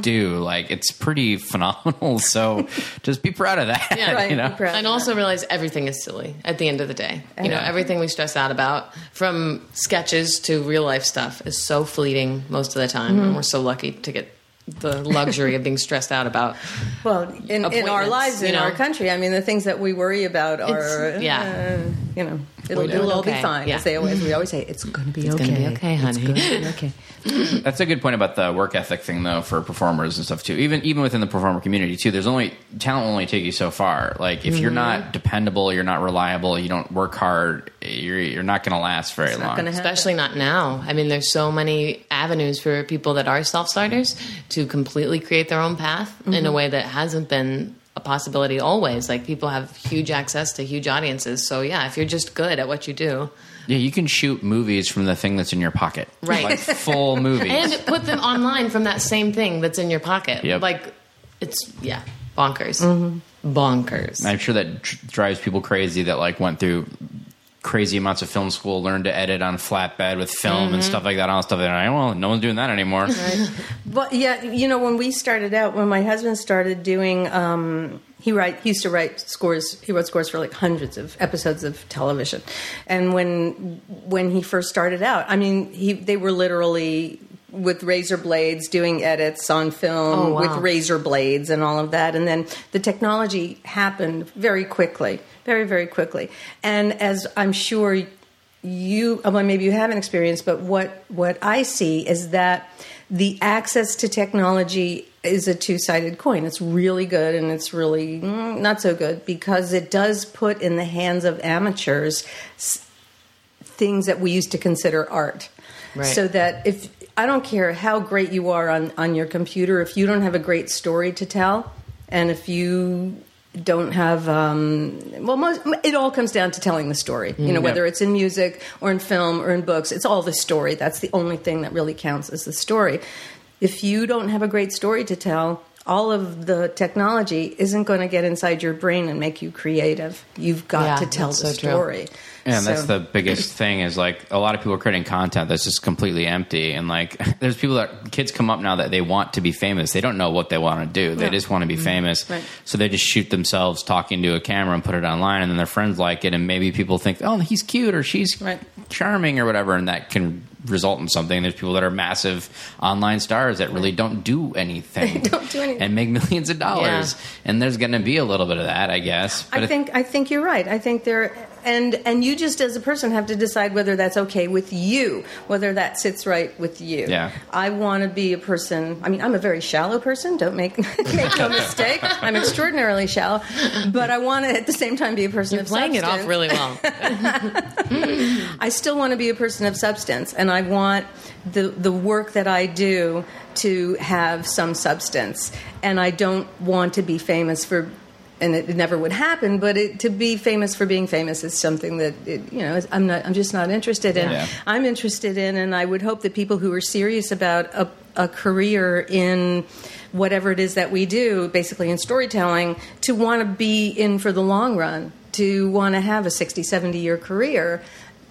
do like it's pretty phenomenal (laughs) so just be proud of that Yeah. (laughs) Right, you be know proud. And also realize everything is silly at the end of the day. You know, Yeah. everything we stress out about, from sketches to real life stuff, is so fleeting most of the time. Mm-hmm. And we're so lucky to get the luxury of being stressed out about. Well, in, in our Appointments, lives, you in know. our country, I mean, the things that we worry about are, It's- yeah. uh, you know, it'll, We'll do it'll it all be okay, fine. yeah. As they always, we always say, it's going to be okay. gonna be okay, honey. It's going to be okay. That's a good point about the work ethic thing, though, for performers and stuff too. Even even within the performer community too, there's only talent will only take you so far. Like if you're Mm-hmm. not dependable, you're not reliable, you don't work hard, you're you're not going to last very Not long. going to happen. especially not now. I mean, there's so many avenues for people that are self starters to completely create their own path in a way that hasn't been a possibility always. Like people have huge access to huge audiences. So yeah, if you're just good at what you do, yeah, you can shoot movies from the thing that's in your pocket, Right. Like (laughs) full movies. and put them online from that same thing that's in your pocket. Yep. Like it's yeah, bonkers, bonkers. I'm sure that dr- drives people crazy that like went through crazy amounts of film school, learned to edit on flatbed with film Mm-hmm. and stuff like that, all stuff. And I well, no one's doing that anymore. Well, yeah, you know, when we started out, when my husband started doing, um, he write he used to write scores. He wrote scores for like hundreds of episodes of television, and when when he first started out, I mean, he they were literally with razor blades doing edits on film Oh, wow. with razor blades and all of that and then the technology happened very quickly very very quickly and as i'm sure you uh, well maybe you haven't experienced but what what i see is that the access to technology is a two-sided coin it's really good and it's really mm, not so good because it does put in the hands of amateurs s- things that we used to consider art Right. so that if i don't care how great you are on on your computer if you don't have a great story to tell and if you don't have um, well most, it all comes down to telling the story Mm, you know whether it's in music or in film or in books it's all the story that's the only thing that really counts is the story if you don't have a great story to tell all of the technology isn't going to get inside your brain and make you creative you've got Yeah, to tell the that's so true. story Yeah, and that's So- the (laughs) biggest thing is like a lot of people are creating content that's just completely empty. And like, (laughs) there's people that kids come up now that they want to be famous. They don't know what they want to do. They Yeah. Mm-hmm. just want to be famous. Right. So they just shoot themselves talking to a camera and put it online. And then their friends like it. And maybe people think, oh, he's cute or she's Right. charming or whatever. And that can result in something. There's people that are massive online stars that really don't do anything. (laughs) Don't do anything. And make millions of dollars. And there's going to be a little bit of that, I guess. I it- think I think you're right. I think there and and you just as a person have to decide whether that's okay with you, whether that sits right with you. Yeah. I want to be a person. I mean, I'm a very shallow person. Don't make (laughs) make (laughs) no mistake. I'm extraordinarily shallow, but I want to at the same time be a person You're of playing it substance. off really well. I still want to be a person of substance, and I want the the work that I do to have some substance. And I don't want to be famous for, and it never would happen. But it, to be famous for being famous is something that it, you know is- I'm not. I'm just not interested in. Yeah. I'm interested in, and I would hope that people who are serious about a, a career in whatever it is that we do, basically in storytelling, to want to be in for the long run, to want to have a 60, 70 year career,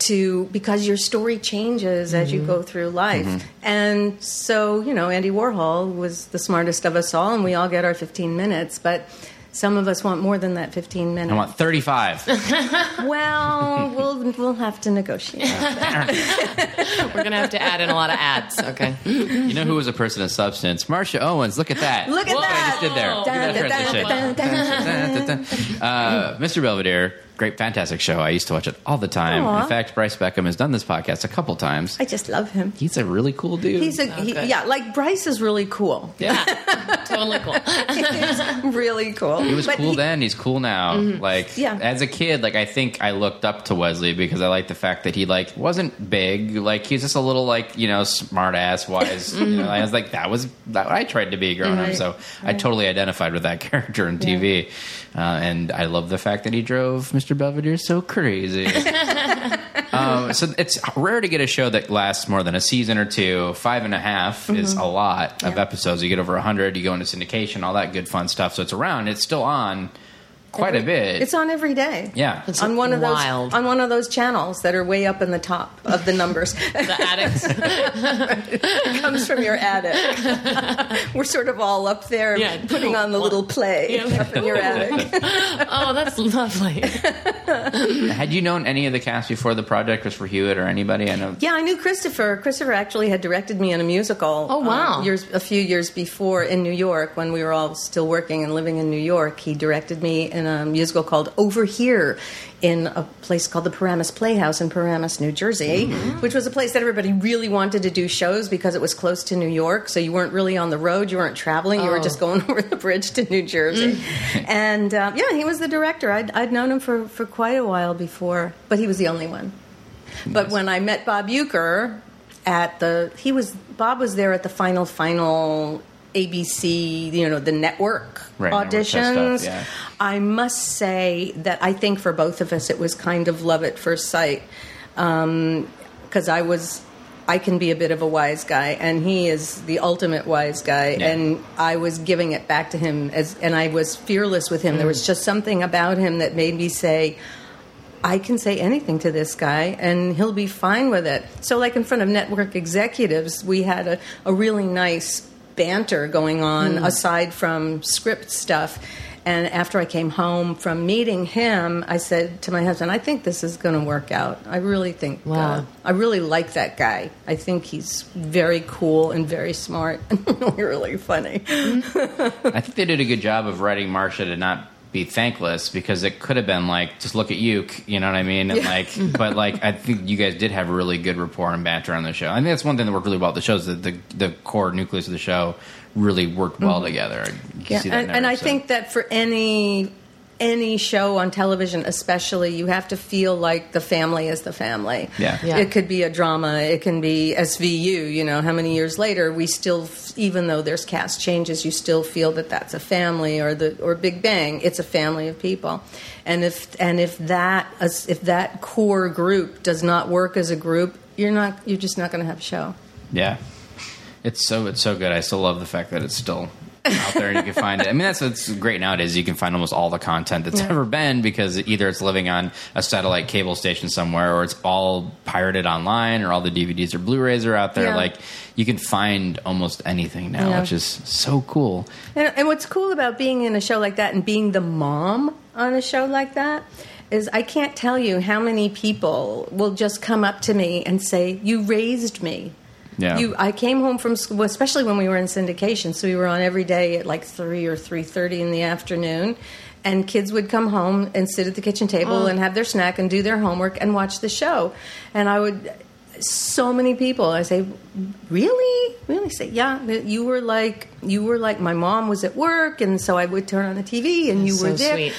to because your story changes as you go through life. And so, you know, Andy Warhol was the smartest of us all, and we all get our 15 minutes, but some of us want more than that 15 minutes. I want 35. well, we'll we'll have to negotiate. We're gonna have to add in a lot of ads. (laughs) Okay. You know who was a person of substance? Marsha Owens. Look at that. (laughs) Look at Look what I that. just did there. Look at that transition. Dun, dun, dun, dun. Uh, Mr. Belvedere, great, fantastic show. I used to watch it all the time. Aw. In fact, Bryce Beckham has done this podcast a couple times. I just love him. He's a really cool dude. He's a he, yeah, like Bryce is really (laughs) cool. Totally cool. really cool. he was But cool he- Mm-hmm. then. He's cool now. Like, Yeah. as a kid, like I think I looked up to Wesley because I liked the fact that he like wasn't big. Like he's just a little like you know smart ass (laughs) wise. you know, I was like that was that what I tried to be growing up. Mm-hmm. Right. So I totally identified with that (laughs) character in TV, uh, and I love the fact that he drove Mr. Belvedere so crazy. (laughs) um, so it's rare to get a show that lasts more than a season or two. Five and a half Mm-hmm. is a lot of episodes. You get over hundred, you go into syndication, all that good fun stuff. So it's around. It's still on quite a bit. It's on every day. yeah. It's on one of those wild. on one of those channels that are way up in the top of the numbers. (laughs) The addicts. it comes from your (laughs) attic. We're sort of all up there Yeah. putting on the little play Yeah, like, up (laughs) in your attic. Oh, that's lovely. Had you known any of the cast before the project, Christopher Hewitt or anybody? I know. Yeah, I knew Christopher. Christopher actually had directed me in a musical. Oh, um, wow. years a few years before in New York, when we were all still working and living in New York, he directed me in a musical called Over Here, in a place called the Paramus Playhouse in Paramus, New Jersey, Mm-hmm. which was a place that everybody really wanted to do shows because it was close to New York. So you weren't really on the road, you weren't traveling, you were Oh. Mm. just going (laughs) over the bridge to New Jersey. (laughs) and uh, yeah, he was the director. I'd, I'd known him for, for quite a while before, but he was the only one. But when I met Bob Euchre at the, he was Bob was there at the final final ABC, you know, the network Right, network test stuff, auditions. yeah. I must say that I think for both of us, it was kind of love at first sight because I was. I can be a bit of a wise guy, and he is the ultimate wise guy. Yeah. And I was giving it back to him, as, and I was fearless with him. Mm. There was just something about him that made me say, I can say anything to this guy and he'll be fine with it. So, like in front of network executives, we had a, a really nice banter going on aside from script stuff. And after I came home from meeting him, I said to my husband, I think this is going to work out. I really think, uh, Wow. I really like that guy. I think he's very cool and very smart (laughs) and really funny. I think they did a good job of writing Marsha to not be thankless because it could have been like just look at you you know what i mean and like but like i think you guys did have a really good rapport and banter on the show i think that's one thing that worked really well at the show is that the, the core nucleus of the show really worked well together You can see that and, in every and I episode. think that for any any show on television, especially, you have to feel like the family is the family. Yeah. Yeah. It could be a drama. It can be SVU. You know, how many years later we still, even though there's cast changes, you still feel that that's a family, or the or Big Bang, it's a family of people. And if and if that if that core group does not work as a group, you're not you're just not going to have a show. Yeah, it's so it's so good. I still love the fact that it's still out there. and You can find it. I mean, that's what's great nowadays. You can find almost all the content that's ever been because either it's living on a satellite cable station somewhere, or it's all pirated online, or all the DVDs or Blu-rays are out there. Yeah. Like you can find almost anything now, Yeah. which is so cool. And, and what's cool about being in a show like that and being the mom on a show like that is I can't tell you how many people will just come up to me and say, "You raised me." Yeah. You, I came home from school, especially when we were in syndication. So we were on every day at like three or three thirty in the afternoon, and kids would come home and sit at the kitchen table and have their snack and do their homework and watch the show. And I would, so many people, I say, really, really, say, yeah, that you were like, you were like, my mom was at work, and so I would turn on the TV, and you That's were so there. sweet.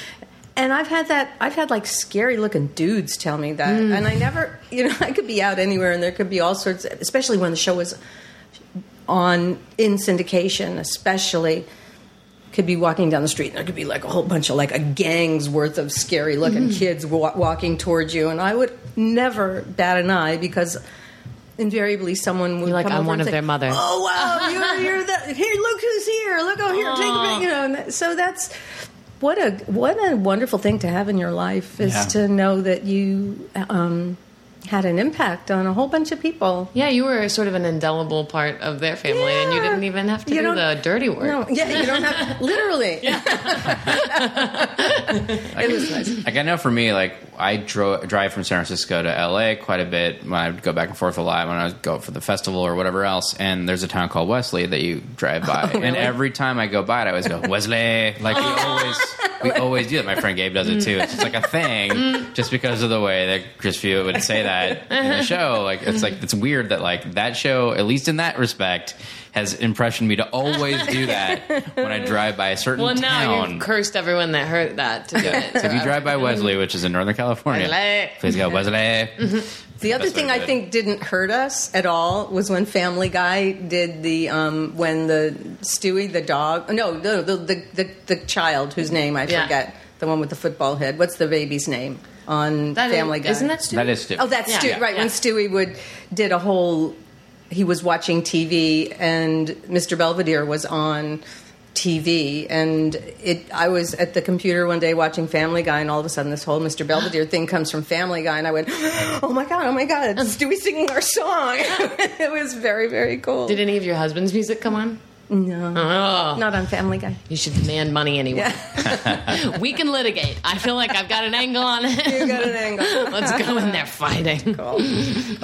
And I've had that. I've had like scary looking dudes tell me that, Mm. and I never, you know, (laughs) I could be out anywhere, and there could be all sorts, especially when the show was on in syndication, especially. Could be walking down the street, and there could be like a whole bunch of like a gang's worth of scary looking Mm-hmm. kids wa- walking towards you, and I would never bat an eye because invariably someone would You're like, come I'm over one and of say, their mothers. Oh (laughs) wow, you're, you're the here. Look who's here. Look over here. Take a pic," you know. And that, so that's what a what a wonderful thing to have in your life is Yeah. to know that you um, had an impact on a whole bunch of people. Yeah, you were sort of an indelible part of their family, and you Yeah. didn't even have to You do don't- the dirty work. No, yeah, you don't have (laughs) literally. it was nice. Like I know for me, like I drove drive from San Francisco to LA quite a bit when I would go back and forth a lot when I would go for the festival or whatever else. And there's a town called Wesley that you drive (laughs) by, Oh, and every time I go by it, I always go Wesley. Like we always we always do that. My friend Gabe does it too. It's just like a Mm. thing, just because of the way that Chris Few would say that in Uh-huh. the show. Like it's like it's weird that like that show, at least in that respect. Has impressioned me to always do that when I drive by a certain Well, now town. you've cursed everyone that heard that to do it. (laughs) So if you drive by Wesley, which is in Northern California, Wesley. please go Wesley. (laughs) The other That's thing what I I did. think didn't hurt us at all was when Family Guy did the um, when the Stewie the dog no no the the, the, the child whose name I Yeah. forget the one with the football head what's the baby's name on That is- Family Guy Isn't that stupid? That is stupid. (laughs) oh that's Yeah. Stewie right when Yeah. Stewie would did a whole he was watching TV and Mr Belvedere was on TV and it I was at the computer one day watching Family Guy and all of a sudden this whole (gasps) Mr Belvedere thing comes from Family Guy and I went (gasps) oh my god oh my god (laughs) it's Stewie singing our song (laughs) it was very very cool Did any of your husband's music come on? no Oh, not on Family Guy you should demand money anyway. (laughs) we can litigate. I feel like I've got an angle on you it. (laughs) got an angle Let's go in there fighting.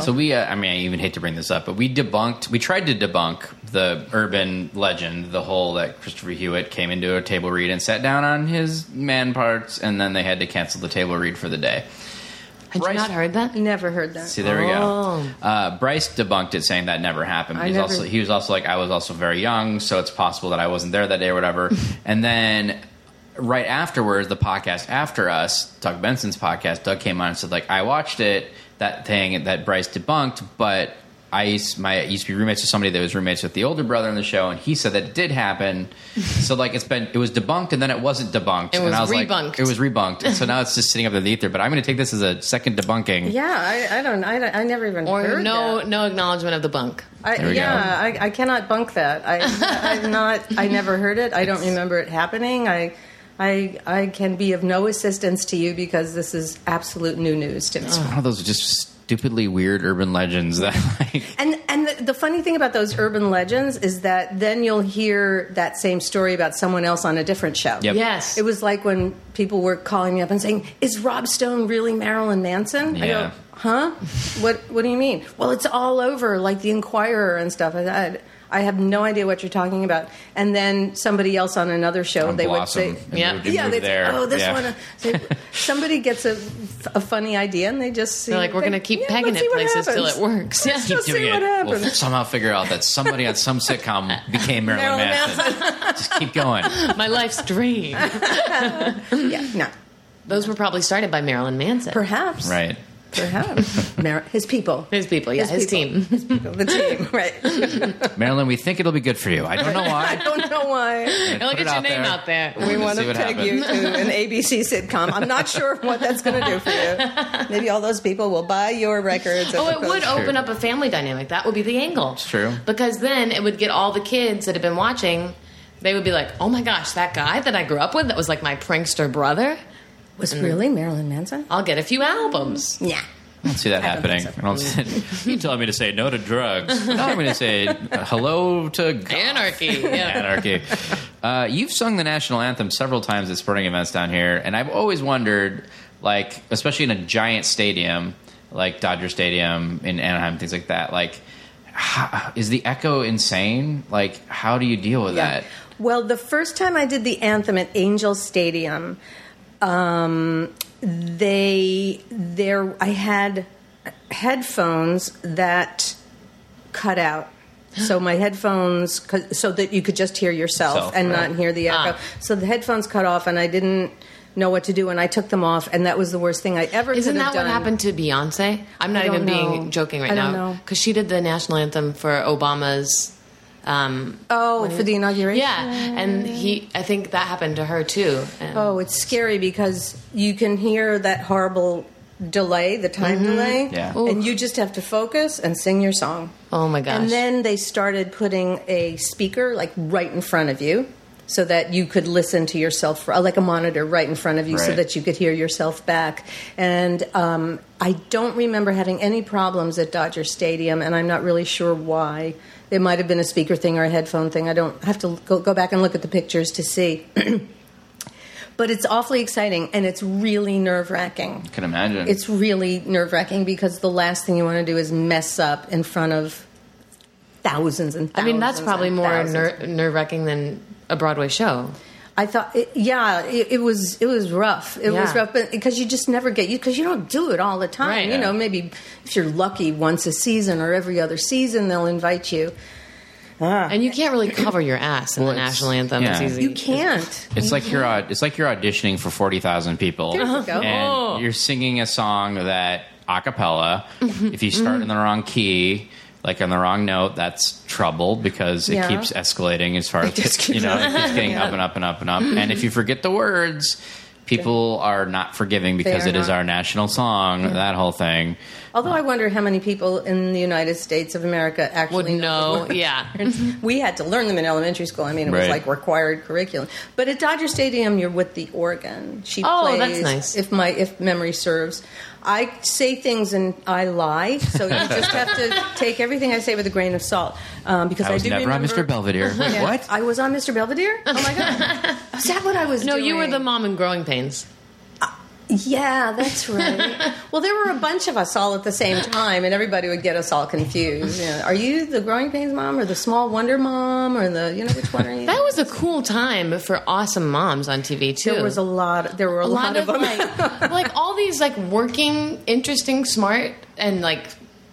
So we, uh, I mean, I even hate to bring this up, but we debunked, we tried to debunk the urban legend, the whole that Christopher Hewitt came into a table read and sat down on his man parts, and then they had to cancel the table read for the day. Had Bryce- you not heard that? (laughs) never heard that See, there we Oh. go. Uh, Bryce debunked it, saying that never happened. I He's never- also he was also like, I was also very young, so it's possible that I wasn't there that day or (laughs) whatever. and then right afterwards, the podcast after us, Doug Benson's podcast, Doug came on and said like, I watched it that thing that Bryce debunked, but I used, my I used to be roommates with somebody that was roommates with the older brother in the show, and he said that it did (laughs) happen. so like, it's been it was debunked and then it wasn't debunked. It and was I was Like, rebunked. it was rebunked, and so now it's just sitting up in the ether. But I'm going to take this as a second debunking. yeah I, I don't I, don't- I never even Or heard no, that. no acknowledgement of the bunk. There I, we yeah, I, I cannot bunk that. (laughs) I, I'm not. I never heard it. I don't remember it happening. I, I, I can be of no assistance to you because this is absolute new news to me. (laughs) one of those just stupidly weird urban legends that (laughs) like And and the, the funny thing about those urban legends is that then you'll hear that same story about someone else on a different show. Yep. Yes. It was like when people were calling me up and saying, "Is Rob Stone really Marilyn Manson?" I Yeah. go, "Huh? What What do you mean?" Well, it's all over, like the Inquirer and stuff. I, I, I have no idea what you're talking about. And then somebody else on another show, on they Blossom. would say, and Yeah. moved- and yeah, moved they'd there. say, oh, this Yeah. one. uh, (laughs) so somebody gets a, a funny idea and they just see. They're like, we're they- going to keep yeah, pegging let's it see what places till it happens. works. (laughs) Yeah. Let's (laughs) Keep see doing what it. We'll happens. somehow figure out that somebody on (laughs) some sitcom became Marilyn Marilyn Manson. (laughs) Just keep going. My life's dream. Yeah, no. Those were probably started by Marilyn Manson. Perhaps. Right. (laughs) Perhaps. Mar- his people. His people, yeah, his, people. team. the team, right. Marilyn, we think it'll be good for you. I don't know (laughs) I why. don't know why. They're Put like, it get your out name there. out there. We Let's want to see what peg you happens. to an ABC sitcom. I'm not sure what that's going to do for you. Maybe all those people will buy your records. Oh, it would Sure. open up a family dynamic. That would be the angle. It's true. Because then it would get all the kids that have been watching, they would be like, oh my gosh, that guy that I grew up with that was like my prankster brother, Was really Marilyn Manson? I'll get a few albums. Yeah. I don't see that I don't think happening. I don't see- (laughs) you telling me to say no to (laughs) drugs. No, I'm going to say uh, hello to God. (laughs) Anarchy. Yeah. anarchy. Uh, you've sung the national anthem several times at sporting events down here, and I've always wondered, like, especially in a giant stadium like Dodger Stadium in Anaheim, things like that, like, how, is the echo insane? Like, how do you deal with that? Well, the first time I did the anthem at Angel Stadium, um, they there I had headphones that cut out. So my headphones, 'cause- so that you could just hear yourself Self, and right. not hear the echo. Ah. So the headphones cut off, and I didn't know what to do, and I took them off, and that was the worst thing I ever. Isn't could that have what done. happened to Beyonce? I'm not I even don't being know. joking right I don't now know. because she did the national anthem for Obama's. Um, Oh, when he for the was- inauguration. Yeah, and he. I think that happened to her too. And- Oh, it's scary because you can hear that horrible delay, the time delay, Yeah. Ooh. and you just have to focus and sing your song. Oh my gosh! And then they started putting a speaker like right in front of you so that you could listen to yourself for, like a monitor right in front of you so Right. that you could hear yourself back. And um, I don't remember having any problems at Dodger Stadium, and I'm not really sure why. It might have been a speaker thing or a headphone thing. I don't I have to go, go back and look at the pictures to see. (clears throat) but it's awfully exciting and it's really nerve wracking I can imagine. it's really nerve wracking because the last thing you want to do is mess up in front of thousands and I thousands. mean, that's probably and more thousands. ner- nerve wracking than a Broadway show. I thought, it, yeah, it, it was it was rough. It was Yeah. rough, but because you just never get you because you don't do it all the time. Right. you Yeah. know, maybe if you're lucky, once a season or every other season, they'll invite you. And you can't really cover your ass in the it's- national anthem. yeah. It's easy. You can't. It's like you're au- it's like you're auditioning for forty thousand people, Uh-huh. There you go. and Oh. you're singing a song that a cappella. Mm-hmm. if you start in the wrong key, like on the wrong note, that's trouble because it Yeah. keeps escalating as far as just keeps you know, it (laughs) keeps getting up and up and up and up. and if you forget the words, people are not forgiving because are it is not. our national song. That whole thing. Although I wonder how many people in the United States of America actually would know. (laughs) the words. Yeah. we had to learn them in elementary school. I mean, it was Right. like required curriculum. But at Dodger Stadium, you're with the organ. She Oh, plays. that's nice. If my if memory serves, I say things and I lie, so you (laughs) just have to take everything I say with a grain of salt um, because I, I was do never on remember. Mr. (laughs) Belvedere. Wait, Yeah. what? I was on Mr. Belvedere. Oh (laughs) my god, is that what I was? No, you were doing? the mom in Growing Pains. Yeah, (laughs) that's right. well, there were a bunch of us all at the same time, and everybody would get us all confused. You know, are you the Growing Pains mom, or the Small Wonder mom, or the you know which one are you? That was a cool time for awesome moms on TV too. There was a lot. There were A a, lot, of, them. like, like all these like working, interesting, smart, and like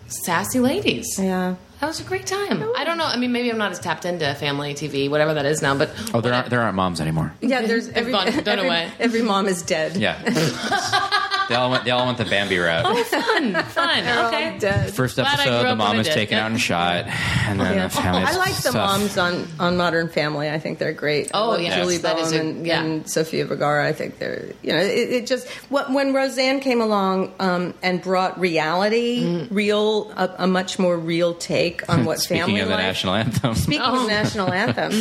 sassy ladies. (laughs) yeah. That was a great time. I don't know. I mean, maybe I'm not as tapped into family TV, whatever that is now. But Oh, there aren't there aren't moms anymore. Yeah, there's They've every, gone- every, done away. every mom is dead. (laughs) Yeah, they all went they all went the Bambi route. fun, fun. Okay. Dead. First Glad I grew episode, up the when mom I is did. taken out and shot, and then Yeah. the family. I like the moms on, on Modern Family. I think they're great. I Oh, love yes, Julie that Bowen is a- and, yeah. and Sofia Vergara. I think they're you know it, it just what, when Roseanne came along um, and brought reality, Mm. real a, a much more real take (laughs) on what Speaking family of the life- national anthem, Speaking Oh. of (laughs) national anthem,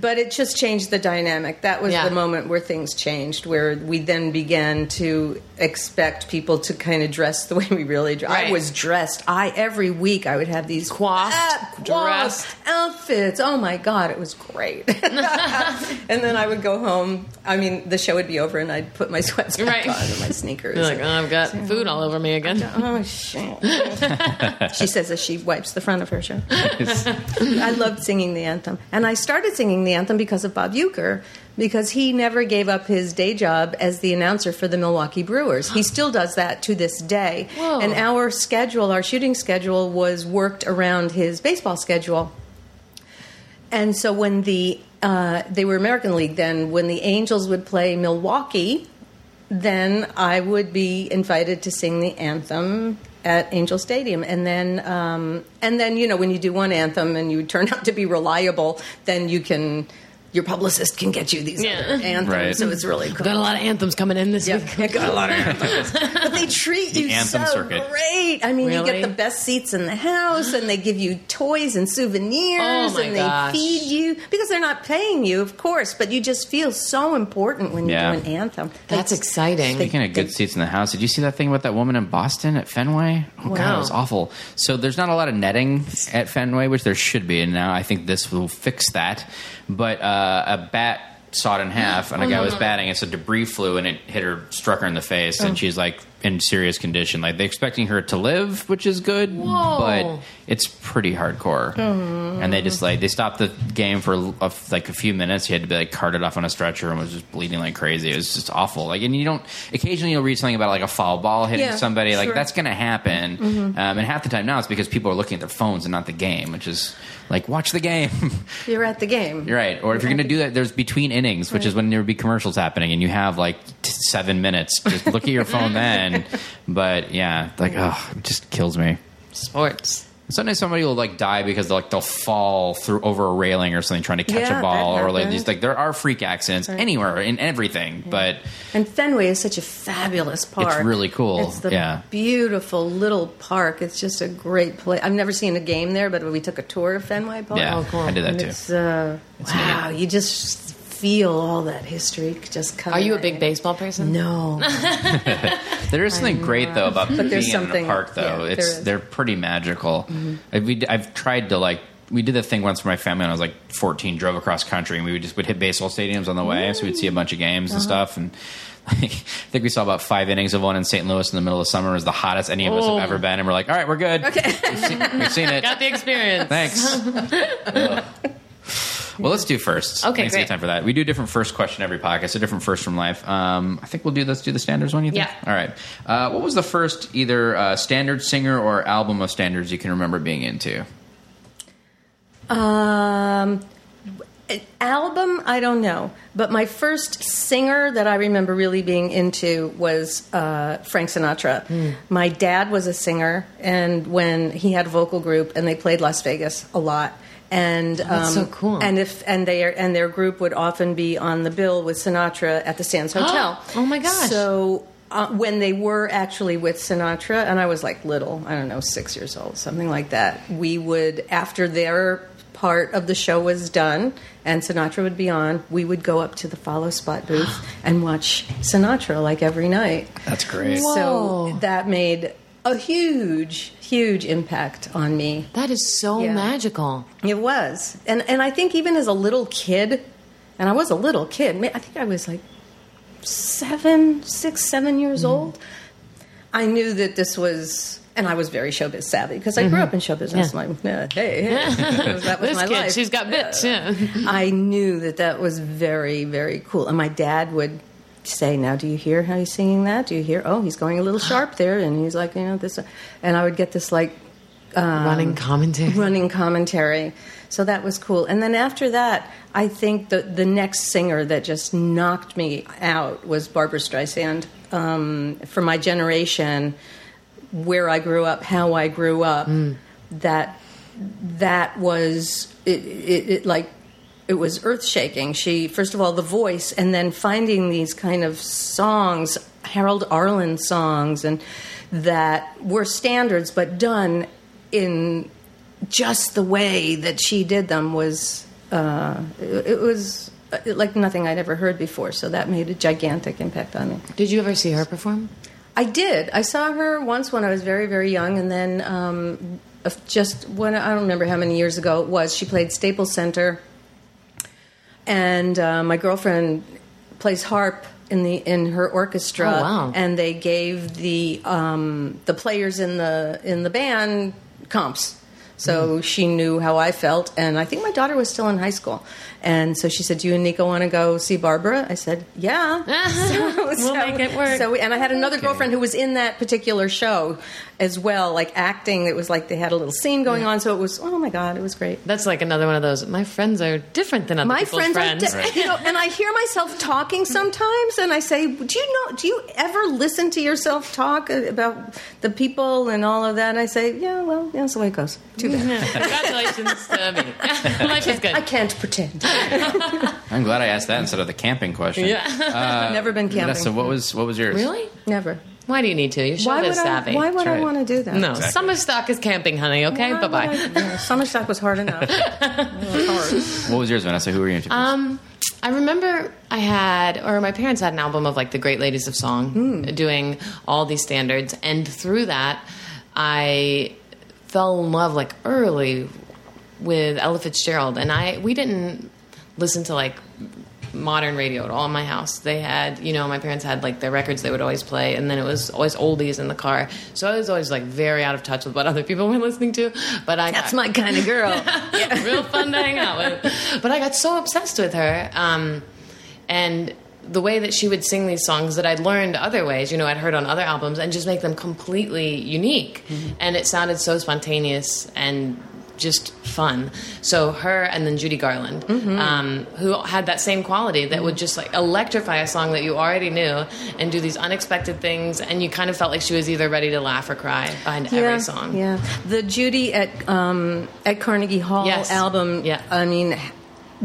but it just changed the dynamic. That was Yeah. the moment where things changed, where we then began to expect people to kind of dress the way we really dress. Right. I was dressed. I every week I would have these Coiffed, ah, coiffed dressed. outfits. Oh my god, it was (laughs) great. (laughs) and then I would go home. I mean, the show would be over, and I'd put my (laughs) sweats back Right. on and my sneakers. You're like, oh, I've got food all over me again. Oh shit! she says as she wipes the front of her shirt. I loved singing the anthem, and I started singing the anthem because of Bob Euchre, because he never gave up his day job as the announcer for the Milwaukee Brewers. He still does that to this day. Whoa. And our schedule, our shooting schedule, was worked around his baseball schedule. And so when the uh, they were American League then, when the Angels would play Milwaukee, then I would be invited to sing the anthem at Angel Stadium, and then um, and then you know when you do one anthem and you turn (laughs) out to be reliable, then you can your publicist can get you these Yeah. other anthems. Right. So it's really cool. Got a lot of anthems coming in this Yeah, week. I got a lot of anthems. but they treat you anthem so circuit. great. I mean, you Really? get the best seats in the house, and they give you toys and souvenirs, Oh, my and gosh. they feed you because they're not paying you, of course. But you just feel so important when Yeah. you do an anthem. That's It's- exciting. Speaking of good seats in the house, did you see that thing about that woman in Boston at Fenway? Oh god, Wow. it was awful. So there's not a lot of netting at Fenway, which there should be, and now I think this will fix that. But uh, a bat sawed in half, Oh, and a guy was batting, and so debris flew, and it hit her, struck her in the face, Oh. and she's like in serious condition. Like they're expecting her to live, which is good, Whoa. but it's pretty hardcore. Uh-huh. And they just like they stopped the game for a, a- like a few minutes. He had to be like carted off on a stretcher and was just bleeding like crazy. It was just awful. Like, and you don't occasionally you'll read something about like a foul ball hitting Yeah, somebody. Like sure. that's going to happen. Mm-hmm. Um, and half the time now it's because people are looking at their phones and not the game, which is like watch the game. (laughs) You're at the game. You're right. Or if you're going to do that, there's between innings, which is when there would be commercials happening, and you have like t- seven minutes. Just look at your (laughs) phone then. But yeah, like oh, it just kills me. Sports. Sometimes somebody will like die because they'll, like they'll fall through over a railing or something trying to catch Yeah, a ball that or like happens. these like there are freak accidents anywhere in everything. But And Fenway is such a fabulous park. really cool, It's the yeah. beautiful little park. It's just a great place. I've never seen a game there, but we took a tour of Fenway Park. yeah, cool. I did that Oh, And too. it's, uh, wow, you just feel all that history just coming. Are you a at big baseball person? No. There is something great though about being there's in something- a park though. it's yeah, there is. Mm-hmm. they're pretty magical. I, we, I've tried to like we did that thing once for my family when I was like 14. Drove across country and we would just would hit baseball stadiums on the way, so we'd see a Mm. bunch of games Uh-huh. and stuff. And (laughs) like, I think we saw about five innings of one in St. Louis in the middle of summer. It was the hottest any of us Oh. have ever been, and we're like, all right, we're good. Okay. We've, seen, we've seen it. Got the experience. Thanks. (laughs) well, let's do first. Okay, Thanks for great. the time for that. We do a different first question every podcast, a different first from life. Um, I think we'll do let's do the standards one. You think? Yeah. All right. Uh, what was the first either uh, standard singer or album of standards you can remember being into? Um, an album, I don't know. But my first singer that I remember really being into was uh, Frank Sinatra. Hmm. My dad was a singer, and when he had a vocal group, and they played Las Vegas a lot. And Oh, um, that's so cool. And if and they and their group would often be on the bill with Sinatra at the Sands Hotel. (gasps) Oh my gosh. So uh, when they were actually with Sinatra, and I was like little, I don't know, six years old, something like that, we would, after their part of the show was done and Sinatra would be on, we would go up to the follow (gasps) spot booth and watch Sinatra like every night. That's great. Whoa. So that made a huge, huge impact on me. That is so Yeah. magical. It was, and and I think even as a little kid, and I was a little kid. ma- I think I was like seven, six, seven years Mm-hmm. old. I knew that this was, and I was very showbiz savvy because I grew up in show business. Mm-hmm. Yeah. I'm Like, yeah, hey, hey. that was, (laughs) that was This my kid, life. she's got bits. Yeah. I knew that that was very, very cool. And my dad would say, Now, do you hear how he's singing that? Do you hear? Oh, he's going (gasps) a little sharp there. And he's like, You know, this. And I would get this, like, Um, Running commentary. running commentary. So that was cool. And then after that, I think the the next singer that just knocked me out was Barbara Streisand. Um, for my generation, where I grew up, how I grew up, that that was it, it, it like it was earth shaking. She first of all the voice, and then finding these kind of songs, Harold Arlen songs, and that were standards, but done in just the way that she did them was uh, it, it was uh, like nothing I'd ever heard before. So that made a gigantic impact on me. Did you ever see her perform? I did. I saw her once when I was very, very young, and then um, of- just when I don't remember how many years ago it was. She played Staples Center, and uh, my girlfriend plays harp in the in her orchestra. Oh, wow. And they gave the um, the players in the in the band comps. Hmm. So she knew how I felt, and I think my daughter was still in high school. And so she said, "Do you and Nico want to go see Barbara?" I said, "Yeah." Ah. (laughs) so, We'll make it work. so we- and I had another girlfriend who was in that particular show as well, like acting. It was like they had a little scene going on, so it was oh my god, it was great. (laughs) That's like another one of those. My friends are different than other My people's friends, friends. Are di- you know, and I hear myself talking sometimes, and I say, "Do you know? Do you ever listen to yourself talk uh, about the people and all of that?" And I say, "Yeah, well, yeah, that's the way it goes. Too bad. Congratulations to (laughs) me. Life is I good. can't pretend. Uh, I'm glad I asked that instead of the camping question. Yeah. I've never been camping. Vanessa, what was what was yours? Really? never. Why do you need to? You're Why showbiz would savvy. I? Why would That's I right. want to do that? no, summer stock is camping, honey. Okay, Why bye would I- bye. Yeah, Summer stock was (laughs) hard enough. It was hard. What was yours, Vanessa? Who were you into? Um, I remember I had, or my parents had an album of like the great ladies of song, Hmm. doing all these standards, and through that, I fell in love like early with Ella Fitzgerald, and I we didn't listen to like modern radio at all in my house. They had, you know, my parents had like their records they would always play, and then it was always oldies in the car. So I was always like very out of touch with what other people were (laughs) listening to. But I That's got- my kind of girl. real fun to hang out with. But I got so obsessed with her. Um, and the way that she would sing these songs that I'd learned other ways, you know, I'd heard on other albums, and just make them completely unique. Mm-hmm. And it sounded so spontaneous and just fun. So her and then Judy Garland, Mm-hmm. um, who had that same quality that would just like electrify a song that you already knew and do these unexpected things, and you kind of felt like she was either ready to laugh or cry behind every song. Yeah, the Judy at um, at Carnegie Hall Yes. album. Yeah. I mean,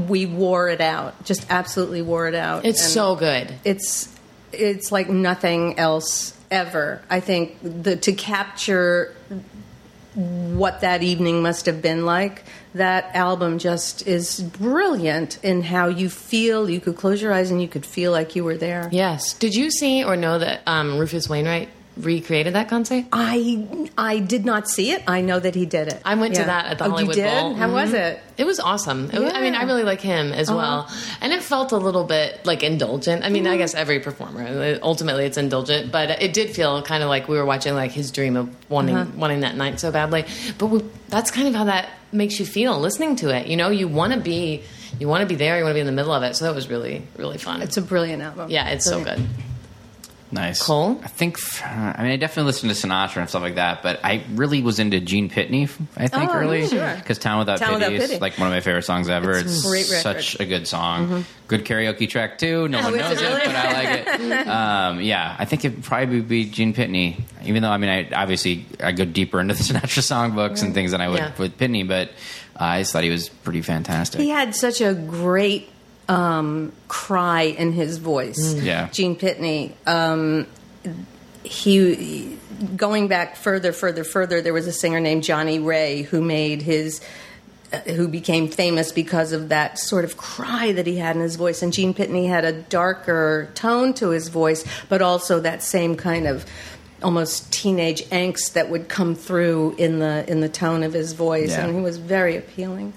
we wore it out. Just absolutely wore it out. It's And so good. It's it's like nothing else ever. I think the to capture what that evening must have been like. That album just is brilliant in how you feel. You could close your eyes and you could feel like you were there. Yes. Did you see or know that um, Rufus Wainwright recreated that concert? Uh, I I did not see it. I know that he did it. I went to Yeah. that at the oh, Hollywood you did? Bowl. How was Mhm. it? It was awesome. It was- I mean, Yeah. I really like him as well, and it felt a little bit like indulgent. I mean, I guess every performer uh, ultimately it's indulgent, but it did feel kind of like we were watching like his dream of wanting wanting that night so badly. But we, that's kind of how that makes you feel listening to it. You know, you want to be you want to be there. You want to be in the middle of it. So that was really really fun. It's a brilliant album. yeah, it's so Brilliant. good. Nice. Cole? I think, f- I mean, I definitely listened to Sinatra and stuff like that, but I really was into Gene Pitney, I think, Oh, early. sure. Because Town Without Town Pity Without is Pity. like one of my favorite songs ever. It's, a great record. Mm-hmm. Oh, such a good song. Good karaoke track, too. No one is it knows really? it, but I like it. (laughs) um, yeah, I think it'd probably be Gene Pitney, even though, I mean, I obviously I go deeper into the (laughs) Sinatra songbooks and things than I would Yeah. with Pitney, but I just thought he was pretty fantastic. He had such a great um, cry in his voice. Mm. Yeah. Gene Pitney. Um, he going back further, further, further. There was a singer named Johnny Ray who made his. uh, Who became famous because of that sort of cry that he had in his voice, and Gene Pitney had a darker tone to his voice, but also that same kind of almost teenage angst that would come through in the in the tone of his voice, Yeah. and he was very appealing.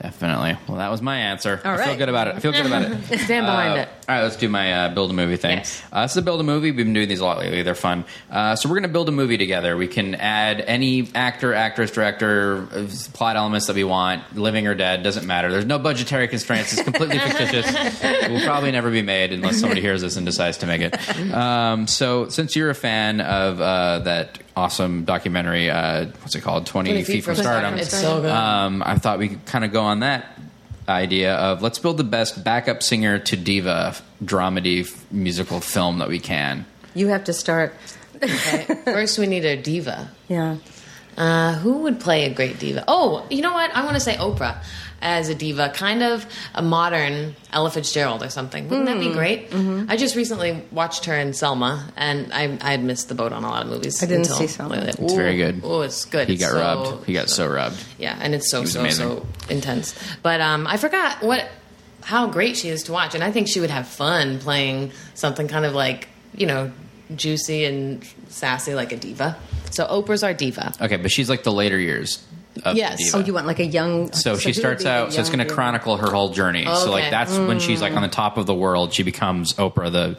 Definitely. Well, that was my answer. All I feel right. good about it. I feel good about (laughs) it. Stand behind Uh, it. All right, let's do my uh, build a movie thing. Yes. Uh, this is a build a movie. We've been doing these a lot lately. They're fun. Uh, so we're going to build a movie together. We can add any actor, actress, director, uh, plot elements that we want, living or dead, doesn't matter. There's no budgetary constraints. It's completely fictitious. It will probably never be made unless somebody hears this and decides to make it. Um, so since you're a fan of uh, that awesome documentary, uh, what's it called? 20, Feet, from, Stardom. It's so good. Um, I thought we could kind of go on that idea of let's build the best backup singer to diva f- dramedy f- musical film that we can. You have to start. Okay. First, we need a diva. Yeah. Uh, who would play a great diva? Oh, you know what? I want to say Oprah as a diva, kind of a modern Ella Fitzgerald or something. Wouldn't that Hmm. be great? Mm-hmm. I just recently watched her in Selma, and I I had missed the boat on a lot of movies. I didn't until see Selma. lately. It's very good. Oh, it's good. He It's got so- rubbed. He got so rubbed. yeah, and it's so was so amazing. so intense. But um, I forgot what how great she is to watch, and I think she would have fun playing something kind of like you know juicy and sassy like a diva. So Oprah's our diva. Okay, but she's like the later years. Of Yes. The diva. Oh, you want like a young. so she who would starts be a out. So it's young going to diva? chronicle her whole journey. So like Okay. Mm. that's when she's like on the top of the world. She becomes Oprah, the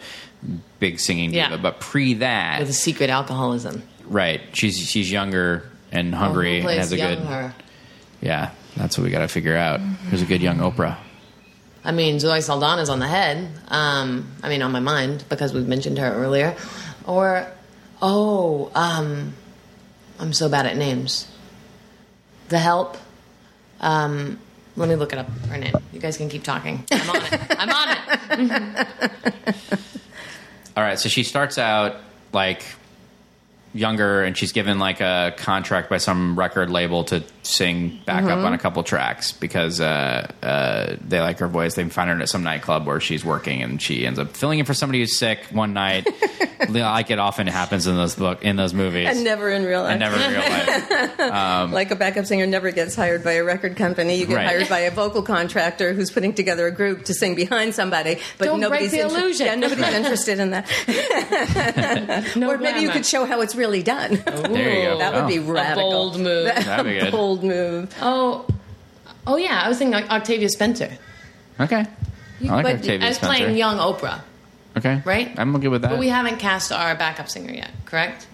big singing diva. Yeah. But pre that, With a secret alcoholism. right? She's she's younger and hungry and Plays has a young good. her. Yeah, that's what we got to figure out. Who's a good young Oprah? I mean, Zoe Saldana's on the head. Um, I mean, on my mind because we've mentioned her earlier. Or, oh, um, I'm so bad at names. The Help. Um, let me look it up. Her name. You guys can keep talking. (laughs) I'm on it. I'm on it. All right, so she starts out like younger, and she's given like a contract by some record label to sing back Mm-hmm. up on a couple tracks because uh, uh, they like her voice. They find her at some nightclub where she's working, and she ends up filling in for somebody who's sick one (laughs) night. like it often happens in those book in those movies, And never in real life. and never in real life. like a backup singer never gets hired by a record company. You get Right. hired by a vocal contractor who's putting together a group to sing behind somebody. But Don't break nobody's the inter- illusion. Yeah, nobody's interested (laughs) in that. (laughs) No or maybe you glamour. could show how it's really done. There (laughs) you go. that would Oh. be A radical. bold move. (laughs) That'd be A good. (laughs) bold move. Oh, oh yeah. I was thinking like Octavia Spencer. Okay, I like but Octavia as Spencer. playing young Oprah, okay, right? I'm good with that. but we haven't cast our backup singer yet, correct?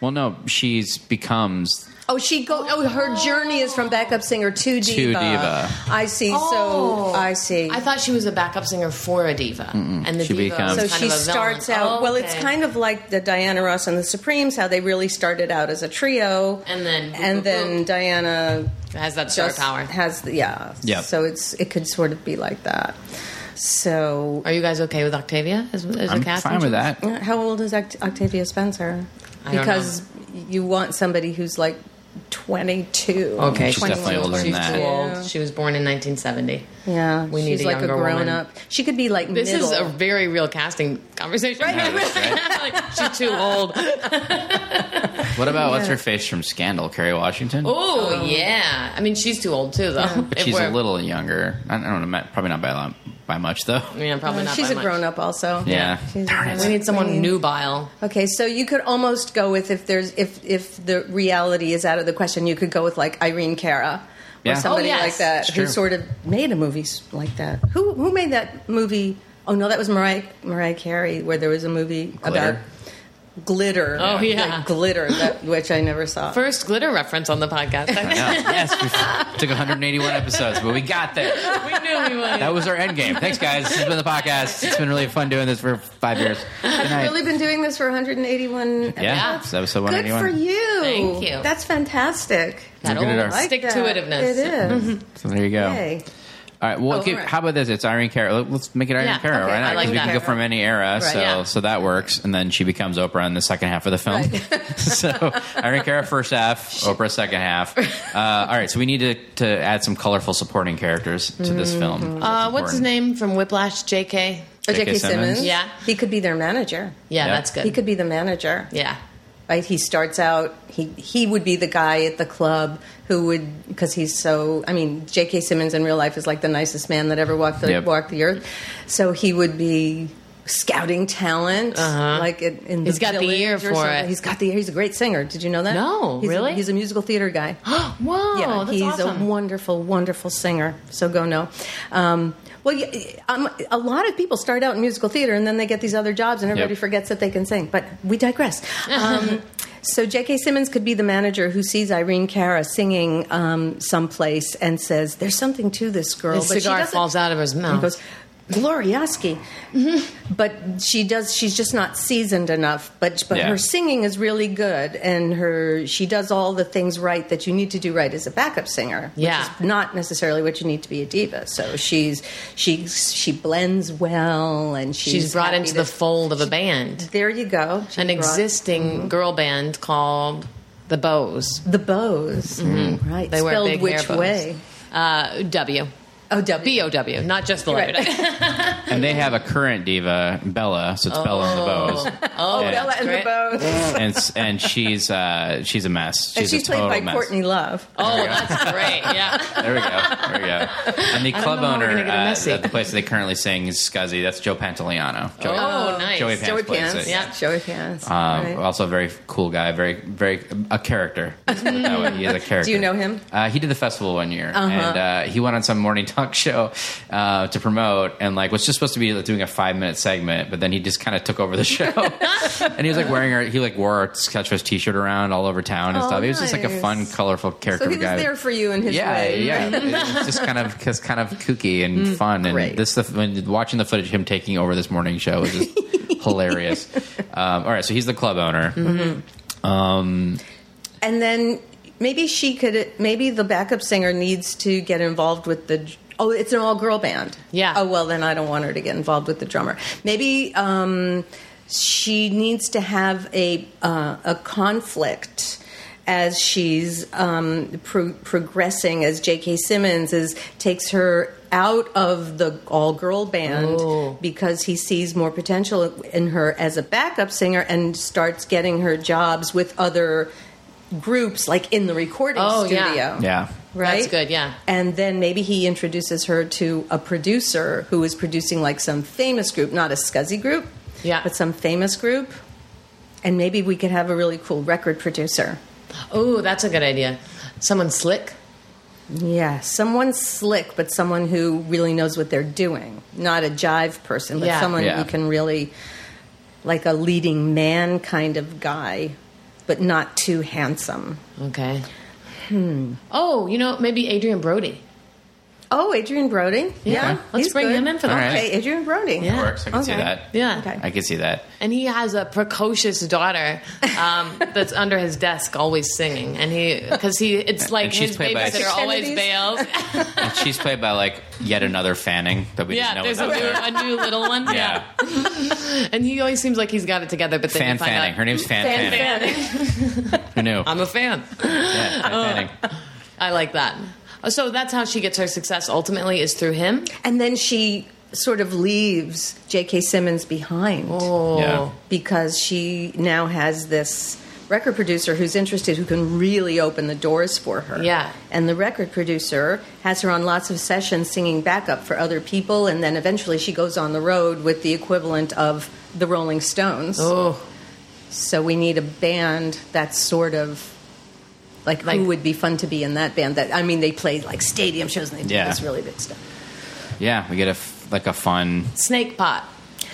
well, no, she's becomes Oh, she go. Oh, her journey is from backup singer to diva. diva. I see. Oh. So I see. I thought she was a backup singer for a diva, and the She diva becomes- was so kind she of a villain. Oh, starts out. Well, it's Okay. kind of like the Diana Ross and the Supremes, how they really started out as a trio, And then- and then Diana has that star just power. has the, yeah Yeah. so it's it could sort of be like that so uh, Are you guys okay with Octavia as, as I'm a cast? fine with that. how old is Oct- octavia spencer I don't because you want somebody who's like 22 Okay, She's definitely 22. older than She's that. too Yeah. old. She was born in 1970. yeah We need she's a like a younger woman. grown up she could be like This middle. is a very real casting conversation. (laughs) Like, she's too old. What about what's her face from Scandal, Carrie Washington? Um, Oh yeah. I mean, she's too old too, though. But If she's a we're- little younger. I don't know, ma- probably not by a lot, by much though. Yeah, probably not. she's by a much. grown up also Yeah. She's a Darn it. We need someone nubile. Okay, so you could almost go with if there's if if the reality is out of the question, you could go with like Irene Cara Yeah. or somebody Oh, yes. like that It's who true. sort of made a movie s- like that. Who who made that movie? Oh no, that was Mariah Mariah Carey, where there was a movie Glitter. (laughs) about glitter. Oh, Like, yeah. glitter, that, which I never saw. First glitter reference on the podcast. (laughs) I know. yes, we f- took 181 episodes, but we got there. we knew we would. That was our end game. Thanks, guys. This has been the podcast. It's been really fun doing this for five years. Good night. Really been doing this for 181. yeah, so that was so Good for 181. you. Thank you. That's fantastic. That Look at it, old our- I like stick that. to itiveness. It is. So there you go. Okay. All right. Well, Oh, give- all right. how about this? It's Irene Cara. Let- Let's make it Irene Yeah, Cara okay, right I now like we can that. go from any era. so yeah. so that works. And then she becomes Oprah in the second half of the film. (laughs) (laughs) so Irene Cara first half, Oprah second half. Uh, all right. So we need to, to add some colorful supporting characters to this film. That's Uh, what's his important. name from Whiplash? J.K. Oh, J.K. J.K. Simmons. Simmons. Yeah. He could be their manager. Yeah, Yeah. that's good. He could be the manager. yeah. Right? He starts out, he, he would be the guy at the club who would, because he's so, I mean, J.K. Simmons in real life is like the nicest man that ever walked the, Yep. walked the earth. So he would be scouting talent. Uh-huh. Like in, in He's got the Village ear or for something. it. He's got the ear. He's a great singer. Did you know that? No, He's a- really? he's a musical theater guy (gasps) Whoa, yeah, Oh, that's he's awesome. a wonderful, wonderful singer. So go no. Um, well, y- um, a lot of people start out in musical theater and then they get these other jobs, and everybody Yep. forgets that they can sing. But we digress. (laughs) Um, so J.K. Simmons could be the manager who sees Irene Cara singing um, someplace and says, "There's something to this girl." His cigar doesn't- falls out of his mouth. and goes, Glorioski. Mm-hmm. But she does. She's just not seasoned enough. But but Yeah. her singing is really good, and her she does all the things right that you need to do right as a backup singer. which Yeah. is not necessarily what you need to be a diva. So she's she she blends well, and she's, She's brought happy into that- the fold of a band, There you go. She's an brought- existing girl band called the Bows. the bows. Mm-hmm. Right. Mm-hmm. They wear Spelled big hair which bows. way? Uh, w. Oh, W. B O W, not just the letter. (laughs) Right. And they have a current diva, Bella. So it's Bella and the Bows. Oh, Yeah. Bella and the Great. Bow. And, s- and she's uh, she's a mess. She's And she's a played total by mess. Courtney Love. Oh, that's great. (laughs) Yeah. There we go. There we go. (laughs) And the club know how we're owner gonna get a uh, messy. at the place that they currently sing is Scuzzy. That's Joe Pantoliano. Joey, Oh, nice. Joey Pants Joey plays Pants. it. Yeah. Joey Pants. Um, Right. Also, a very cool guy. Very, very a (laughs) character. Let's put it that way. He is a character. Do you know him? Uh-huh. Uh, he did the festival one year, and uh, he went on some morning talk show uh, to promote, and like was just supposed to be like, doing a five minute segment, but then he just kind of took over the (laughs) show, and he was like wearing our, he like wore our Sketchfest t shirt around all over town and Oh, stuff. He was just like a nice. fun, colorful character So he was guy. there for you in his Yeah, way. yeah. (laughs) It's just kind of just kind of kooky and Mm, fun, and great. this the when watching the footage of him taking over this morning show was just (laughs) hilarious. Um, all right, so he's the club owner. Mm-hmm. Um, And then maybe she could. Maybe the backup singer needs to get involved with the. Oh, it's an all-girl band. Yeah. Oh well, then I don't want her to get involved with the drummer. Maybe um, she needs to have a uh, a conflict. As she's um, pro- progressing, as J.K. Simmons is takes her out of the all-girl band Oh. because he sees more potential in her as a backup singer and starts getting her jobs with other groups like in the recording Oh, yeah. studio. yeah, Right? That's good, yeah. And then maybe he introduces her to a producer who is producing like some famous group, not a scuzzy group, Yeah. but some famous group. And maybe we could have a really cool record producer. Oh, that's a good idea. Someone slick. Yeah, someone slick, but someone who really knows what they're doing. Not a jive person, but Yeah. someone Yeah. who can really, like a leading man kind of guy, but not too handsome. Okay. Oh, you know, maybe Adrian Brody. Oh, Adrian Brody. Yeah, Let's he's bring good. him in for the All right. Okay, Adrian Brody. Yeah. works. I can see Okay. that. Yeah. Okay. I can see that. And he has a precocious daughter um, that's under his desk, always singing. And he, because he, it's like And she's his played by- babysitter always Kennedy's. bails. And (laughs) she's played by like yet another Fanning that we yeah, just there's know a about. her. new, a new little one. Yeah, And he always seems like he's got it together, but then Fan you find Fanning. out. Her name's Fan, Fanning. Who knew? I'm a fan. Yeah, Fan Oh. Fanning. I like that. Oh, So that's how she gets her success ultimately is through him. And then she sort of leaves J.K. Simmons behind Oh, Yeah. because she now has this record producer who's interested who can really open the doors for her. Yeah. And the record producer has her on lots of sessions singing backup for other people and then eventually she goes on the road with the equivalent of the Rolling Stones. oh, So we need a band that's sort of like, Like- who would be fun to be in that band that I mean they play like stadium shows and they do Yeah. this really big stuff. Yeah, we get a f- like a fun snake pot.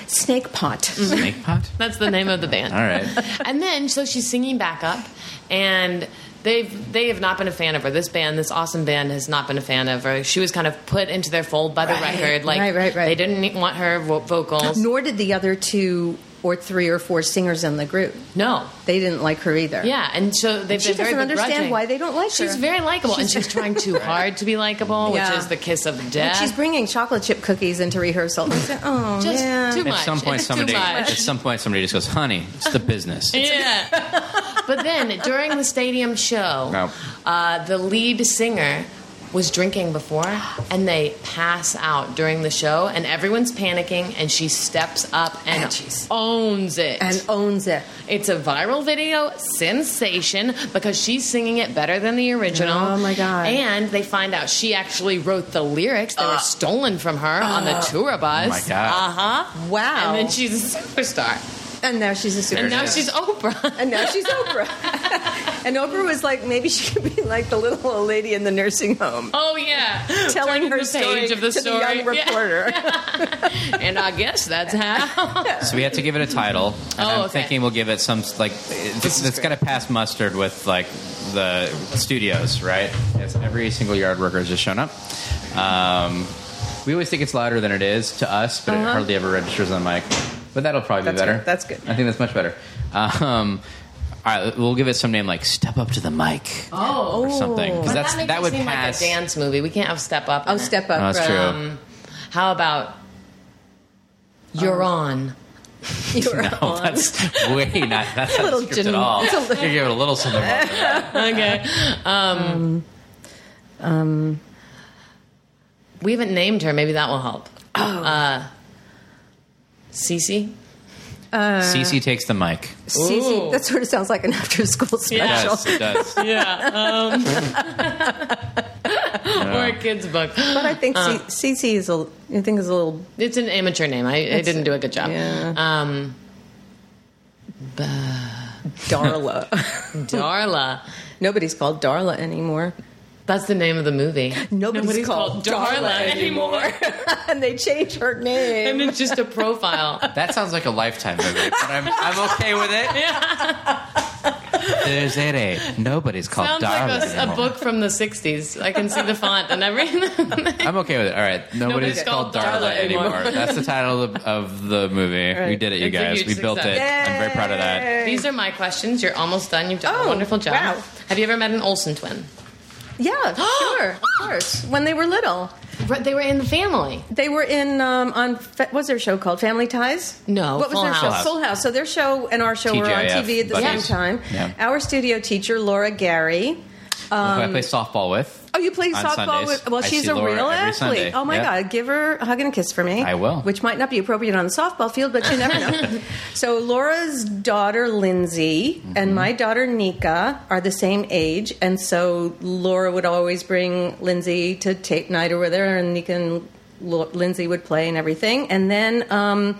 Snake Pot. Mm-hmm. snake pot. That's the name of the band. All right. (laughs) And then so she's singing back up, and they've they have not been a fan of her. This band, this awesome band, has not been a fan of her. She was kind of put into their fold by the Right, record. Like right, right, right. they didn't e, want her vo- vocals. Nor did the other two or three or four singers in the group. No. They didn't like her either. Yeah, and so they've She been very doesn't understand begrudging. why they don't like she's her. She's very likable, and (laughs) she's trying too hard to be likable, Yeah. which is the kiss of Like, death. she's bringing chocolate chip cookies into rehearsal. oh, (laughs) just man. too much. At some point, It's somebody too much. at some point somebody just goes, "Honey, it's the business." Yeah. (laughs) but then during the stadium show, No. uh, the lead singer was drinking before and they pass out during the show and everyone's panicking and she steps up and Ah, jeez. owns it. and owns it. it's a viral video sensation because she's singing it better than the original. Oh, my God. Uh. And they find out she actually wrote the lyrics. They were stolen from her on the tour bus. Uh, Oh, my God. Uh-huh. Wow. And then she's a superstar. And now she's a superstar. And now she's Oprah. And now she's Oprah. (laughs) and Oprah was like, maybe she could be like the little old lady in the nursing home, Oh yeah, (laughs) telling (laughs) Turning her the story page of the to story, the young Yeah. reporter. (laughs) and I guess that's (laughs) how. So we have to give it a title, and Oh, I'm okay. thinking we'll give it some like it's, it's got to pass mustard with like the studios, right? It's every single yard worker has just shown up. Um, we always think it's louder than it is to us, but Uh-huh. it hardly ever registers on mic. But that'll probably That's be better. good. That's good. I think that's much better. Um, all right, we'll give it some name like "Step Up to the Mic" Oh, or something because that's that, makes that it would seem pass. like a dance movie. We can't have step up. oh, in it. step up. Oh, that's right. true. How about Oh. you're (laughs) on? (laughs) You're Oh, on. that's way not (laughs) that's not Little scripted gin- at all. it's a little- you give it a little something. Um, Okay. Um, We haven't named her. Maybe that will help. Oh. Uh, Cece? Cece takes the mic. Ooh. Cece, that sort of sounds like an after school special. Yeah. Yes, it does. Yeah. (laughs) Um, or a kid's book. But I think Uh-huh. C- CC is a, I think is a little It's an amateur name. I, I didn't do a good job. yeah. Um, (laughs) Darla. Darla. Nobody's called Darla anymore. That's the name of the movie. Nobody's, Nobody's called Darla anymore. (laughs) and they changed her name. and it's just a profile. That sounds like a lifetime movie, but I'm, I'm okay with it. There's it. eh? Nobody's called (laughs) Sounds Darla like a, a anymore. book from the 60s. I can see the font and everything. (laughs) I'm okay with it. All right. Nobody's, Nobody's called, called Darla, Darla anymore. anymore. That's the title of, of the movie. We did it, you It's a guys. huge We built it. success. I'm very proud of that. These are my questions. You're almost done. You've done a Oh, wonderful job. wow. Have you ever met an Olsen twin? (gasps) Yeah, sure, of course. When they were little, Right, they were in the family. they were in um, on what was their show called? Family Ties. No, what was Full their House. show? Full House. So their show and our show were on TGIF TV at the buddies. same time. Yeah. Our studio teacher, Laura Gary. Who I Um, play softball with. Oh, you play On softball Sundays. with? Well, I she's see a Laura real every athlete. Sunday. Oh my Yeah. God, give her a hug and a kiss for me. I will. Which might not be appropriate on the softball field, but you never (laughs) know. so Laura's daughter Lindsay Mm-hmm. and my daughter Nika are the same age, and so Laura would always bring Lindsay to tape night or whatever, and Nika and Lo- Lindsay would play and everything, and then. Um,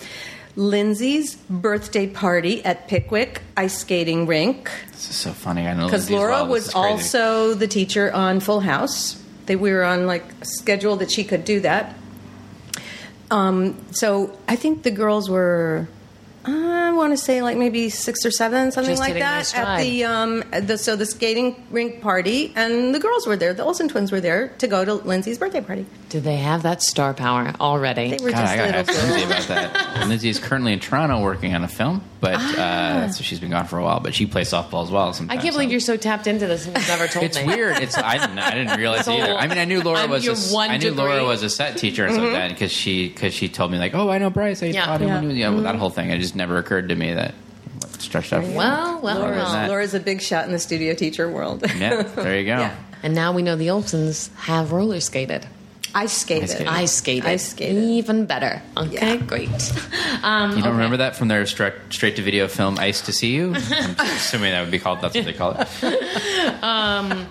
Lindsay's birthday party at Pickwick Ice Skating Rink This is so funny. I know Lindsay's because Laura well. This was is crazy. also the teacher on Full House. They we were on like a schedule that she could do that. Um, so I think the girls were, I want to say like maybe six or seven, something Just like hitting their that, at stride. the um, at the so the skating rink party, and the girls were there. The Olsen twins were there to go to Lindsay's birthday party. Do they have that star power already? They were God, I gotta just ask little Lindsay girls. about that. Lindsay is currently in Toronto working on a film, but uh, so she's been gone for a while. But she plays softball as well. Ah. I Sometimes can't believe you're so tapped into this and you've never told It's me. weird. It's I didn't I didn't realize This either. whole- I mean, I knew Laura I'm was your a, one I knew Laura degree. was a set teacher and stuff like that because she because she told me like, oh, I know Bryce. I Yeah. taught him. Mm-hmm. Yeah. Mm-hmm. when he was-" Yeah, well, that whole thing. It just never occurred to me that it stretched out. Well, well, Laura well. is not- Laura's a big shot in the studio teacher world. (laughs) Yeah, there you go. Yeah. And now we know the Olsons have roller skated. Ice skated. Ice skated. Ice skated. Ice skated. Even better. Okay, Yeah. great. (laughs) Um, You don't okay. remember that from their straight to video film "Ice to See You"? (laughs) I'm assuming that would be called. That's what they call it.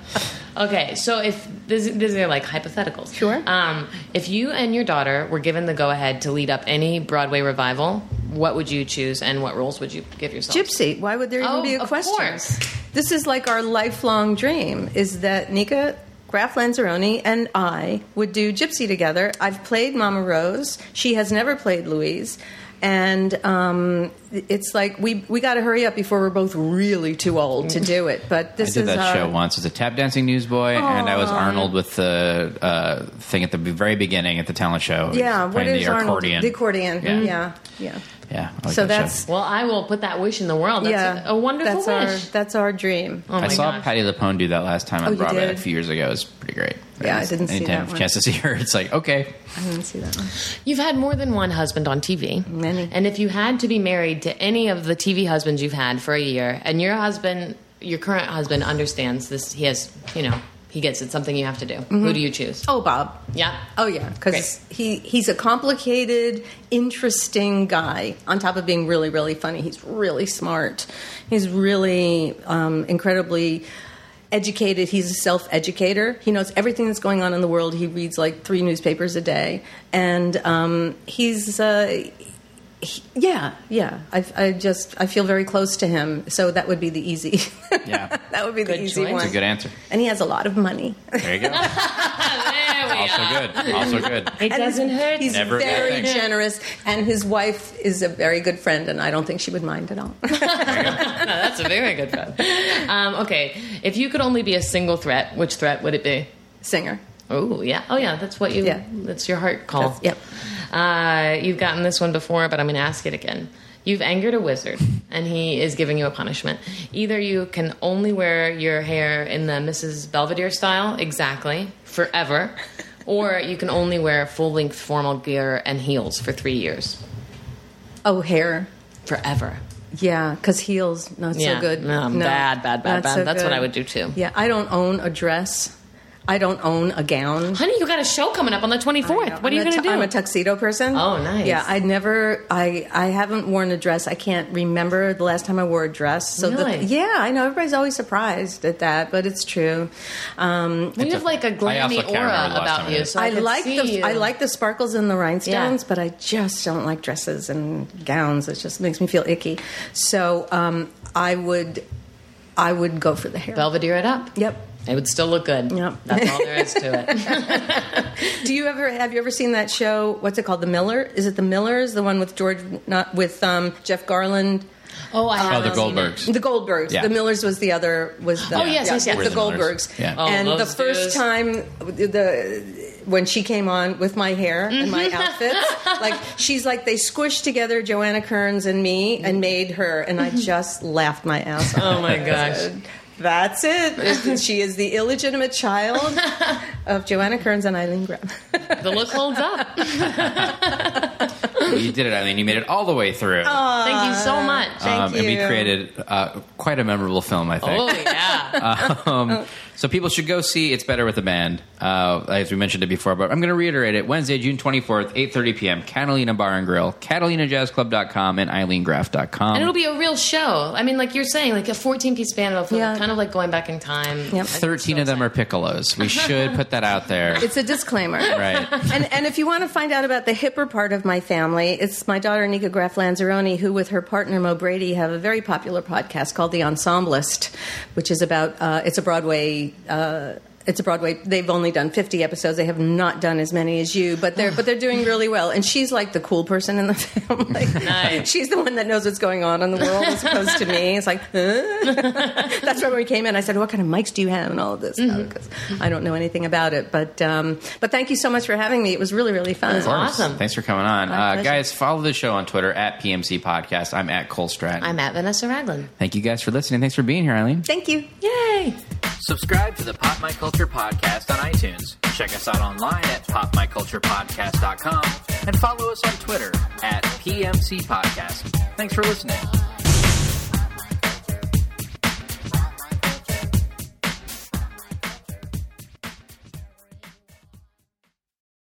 Okay, so if this, these are like hypotheticals. Sure. Um, if you and your daughter were given the go ahead to lead up any Broadway revival, what would you choose and what roles would you give yourself? Gypsy. Why would there even Oh, be a of question? course. This is like our lifelong dream is that Nika Graf Lanzaroni and I would do Gypsy together. I've played Mama Rose. She has never played Louise. And um, it's like we we got to hurry up before we're both really too old to do it. But I this did is that our, show once as a tap dancing newsboy, and I was Arnold with the uh, thing at the very beginning at the talent show. Yeah, playing what is the Arnold? accordion? The accordion. Yeah. Yeah, yeah. Yeah, I like So that show. that's Well, I will put that wish in the world. That's yeah, a, a wonderful that's wish. Our, that's our dream. oh my I saw gosh. Patty Lapone do that last time on Oh, you Broadway did? a few years ago. It was pretty great. Yeah, I didn't see Anytime that you have a one. chance to see her, it's like okay, I didn't see that one. You've had more than one husband on TV. Many. And if you had to be married to any of the TV husbands you've had for a year, and your husband, your current husband, understands this, he has, you know, he gets it, something you have to do. Who do you choose? Oh, Bob. (laughs) Yeah. Oh yeah, because he he's a complicated, interesting guy. On top of being really, really funny, he's really smart. He's really um, incredibly educated. He's a self educator. He knows everything that's going on in the world. He reads like three newspapers a day, and um, he's. Uh, he- yeah, yeah. I, I just I feel very close to him, so that would be the easy. Yeah. (laughs) that would be the Good easy choice. one. it's a good answer. and he has a lot of money. There you go. (laughs) There we also good. Also good. Oh, It doesn't hurt. He's Never a bad very thing. generous, and his wife is a very good friend, and I don't think she would mind at all. (laughs) That's a very good friend. Um, okay, if you could only be a single threat, which threat would it be? Singer. Oh yeah, oh yeah, that's what you. Yeah. That's your heart call. That's- yep. Uh, you've gotten this one before, but I'm going to ask it again. You've angered a wizard, and he is giving you a punishment. Either you can only wear your hair in the Mrs. Belvedere style, exactly, (laughs) forever, or you can only wear full length formal gear and heels for three years, Oh, hair. forever. Yeah, because heels not Yeah. so good. No, bad, bad, bad, not bad. That's what good. I would do, too. Yeah, I don't own a dress. I don't own a gown. Honey, you got a show coming up on the 24th. What are I'm you a going to tu- do? I'm a tuxedo person. Oh, nice. Yeah, I never, I, I haven't worn a dress. I can't remember the last time I wore a dress. So the- Really? yeah, I know everybody's always surprised at that, but it's true. Um, you have like a I also glammy can't remember aura the last time about I you. did. So I, I could like see the you. I like the sparkles and the rhinestones, but I just don't like dresses and gowns. It just makes me feel icky. So um, I would, I would go for the hair. Belvedere it up. Yep. It would still look good. Yep. That's all there is to (laughs) it. Do you ever have you ever seen that show? What's it called? The Miller? Is it The Millers? The one with George, not with um, Jeff Garland. Oh, I Oh, have the Goldbergs. The Goldbergs. Yeah. The Millers was the other. Was the, Oh, yes, yes, yes. The, Were the Millers. Goldbergs. Yeah. Oh, and the those first dudes. time the when she came on with my hair and my Mm-hmm. outfits, like she's like they squished together Joanna Kearns and me Mm-hmm. and made her, and I just laughed my ass Um, off. Oh my gosh. (laughs) That's it. (laughs) She is the illegitimate child of Joanna Kearns and Eileen Graham. (laughs) (laughs) Um, The look holds up. you did it, I mean, you made it all the way through. Oh, Thank you Uh, so much. um, and we you. created uh, quite a memorable film, I think. Oh yeah. (laughs) Um, Oh. so people should go see It's Better with a Band, uh, as we mentioned it before, but I'm going to reiterate it. Wednesday, June 24th, 8.30 p.m., Catalina Bar and Grill, CatalinaJazzClub.com and EileenGraff.com. And it'll be a real show. I mean, like you're saying, like a 14 piece band about Yeah. kind of like going back in time. Yep. 13 of them are piccolos. We should put that out there. (laughs) It's a (laughs) disclaimer. right. and and if you want to find out about the hipper part of my family, it's my daughter Nika Graf Lanzaroni, who with her partner Mo Brady have a very popular podcast called The Ensemblist, which is about uh, it's a Broadway. Uh, it's a Broadway. They've only done fifty episodes. They have not done as many as you, but they're but they're doing really well. And she's like the cool person in the (laughs) family. Nice. She's the one that knows what's going on in the world as opposed to me. It's like huh? that's why when we came in, I said, "What kind of mics do you have?" and all of this because I don't know anything about it. But um, but thank you so much for having me. It was really really fun. Of course. Awesome. Thanks for coming on. My Uh, pleasure. guys, follow the show on Twitter at PMC Podcast. I'm at Cole Stratton. I'm at Vanessa Ragland. Thank you guys for listening. Thanks for being here, Eileen. Thank you. Yay. Subscribe to the Pop My Culture Podcast on iTunes. Check us out online at popmyculturepodcast.com and follow us on Twitter at PMC Podcast. Thanks for listening.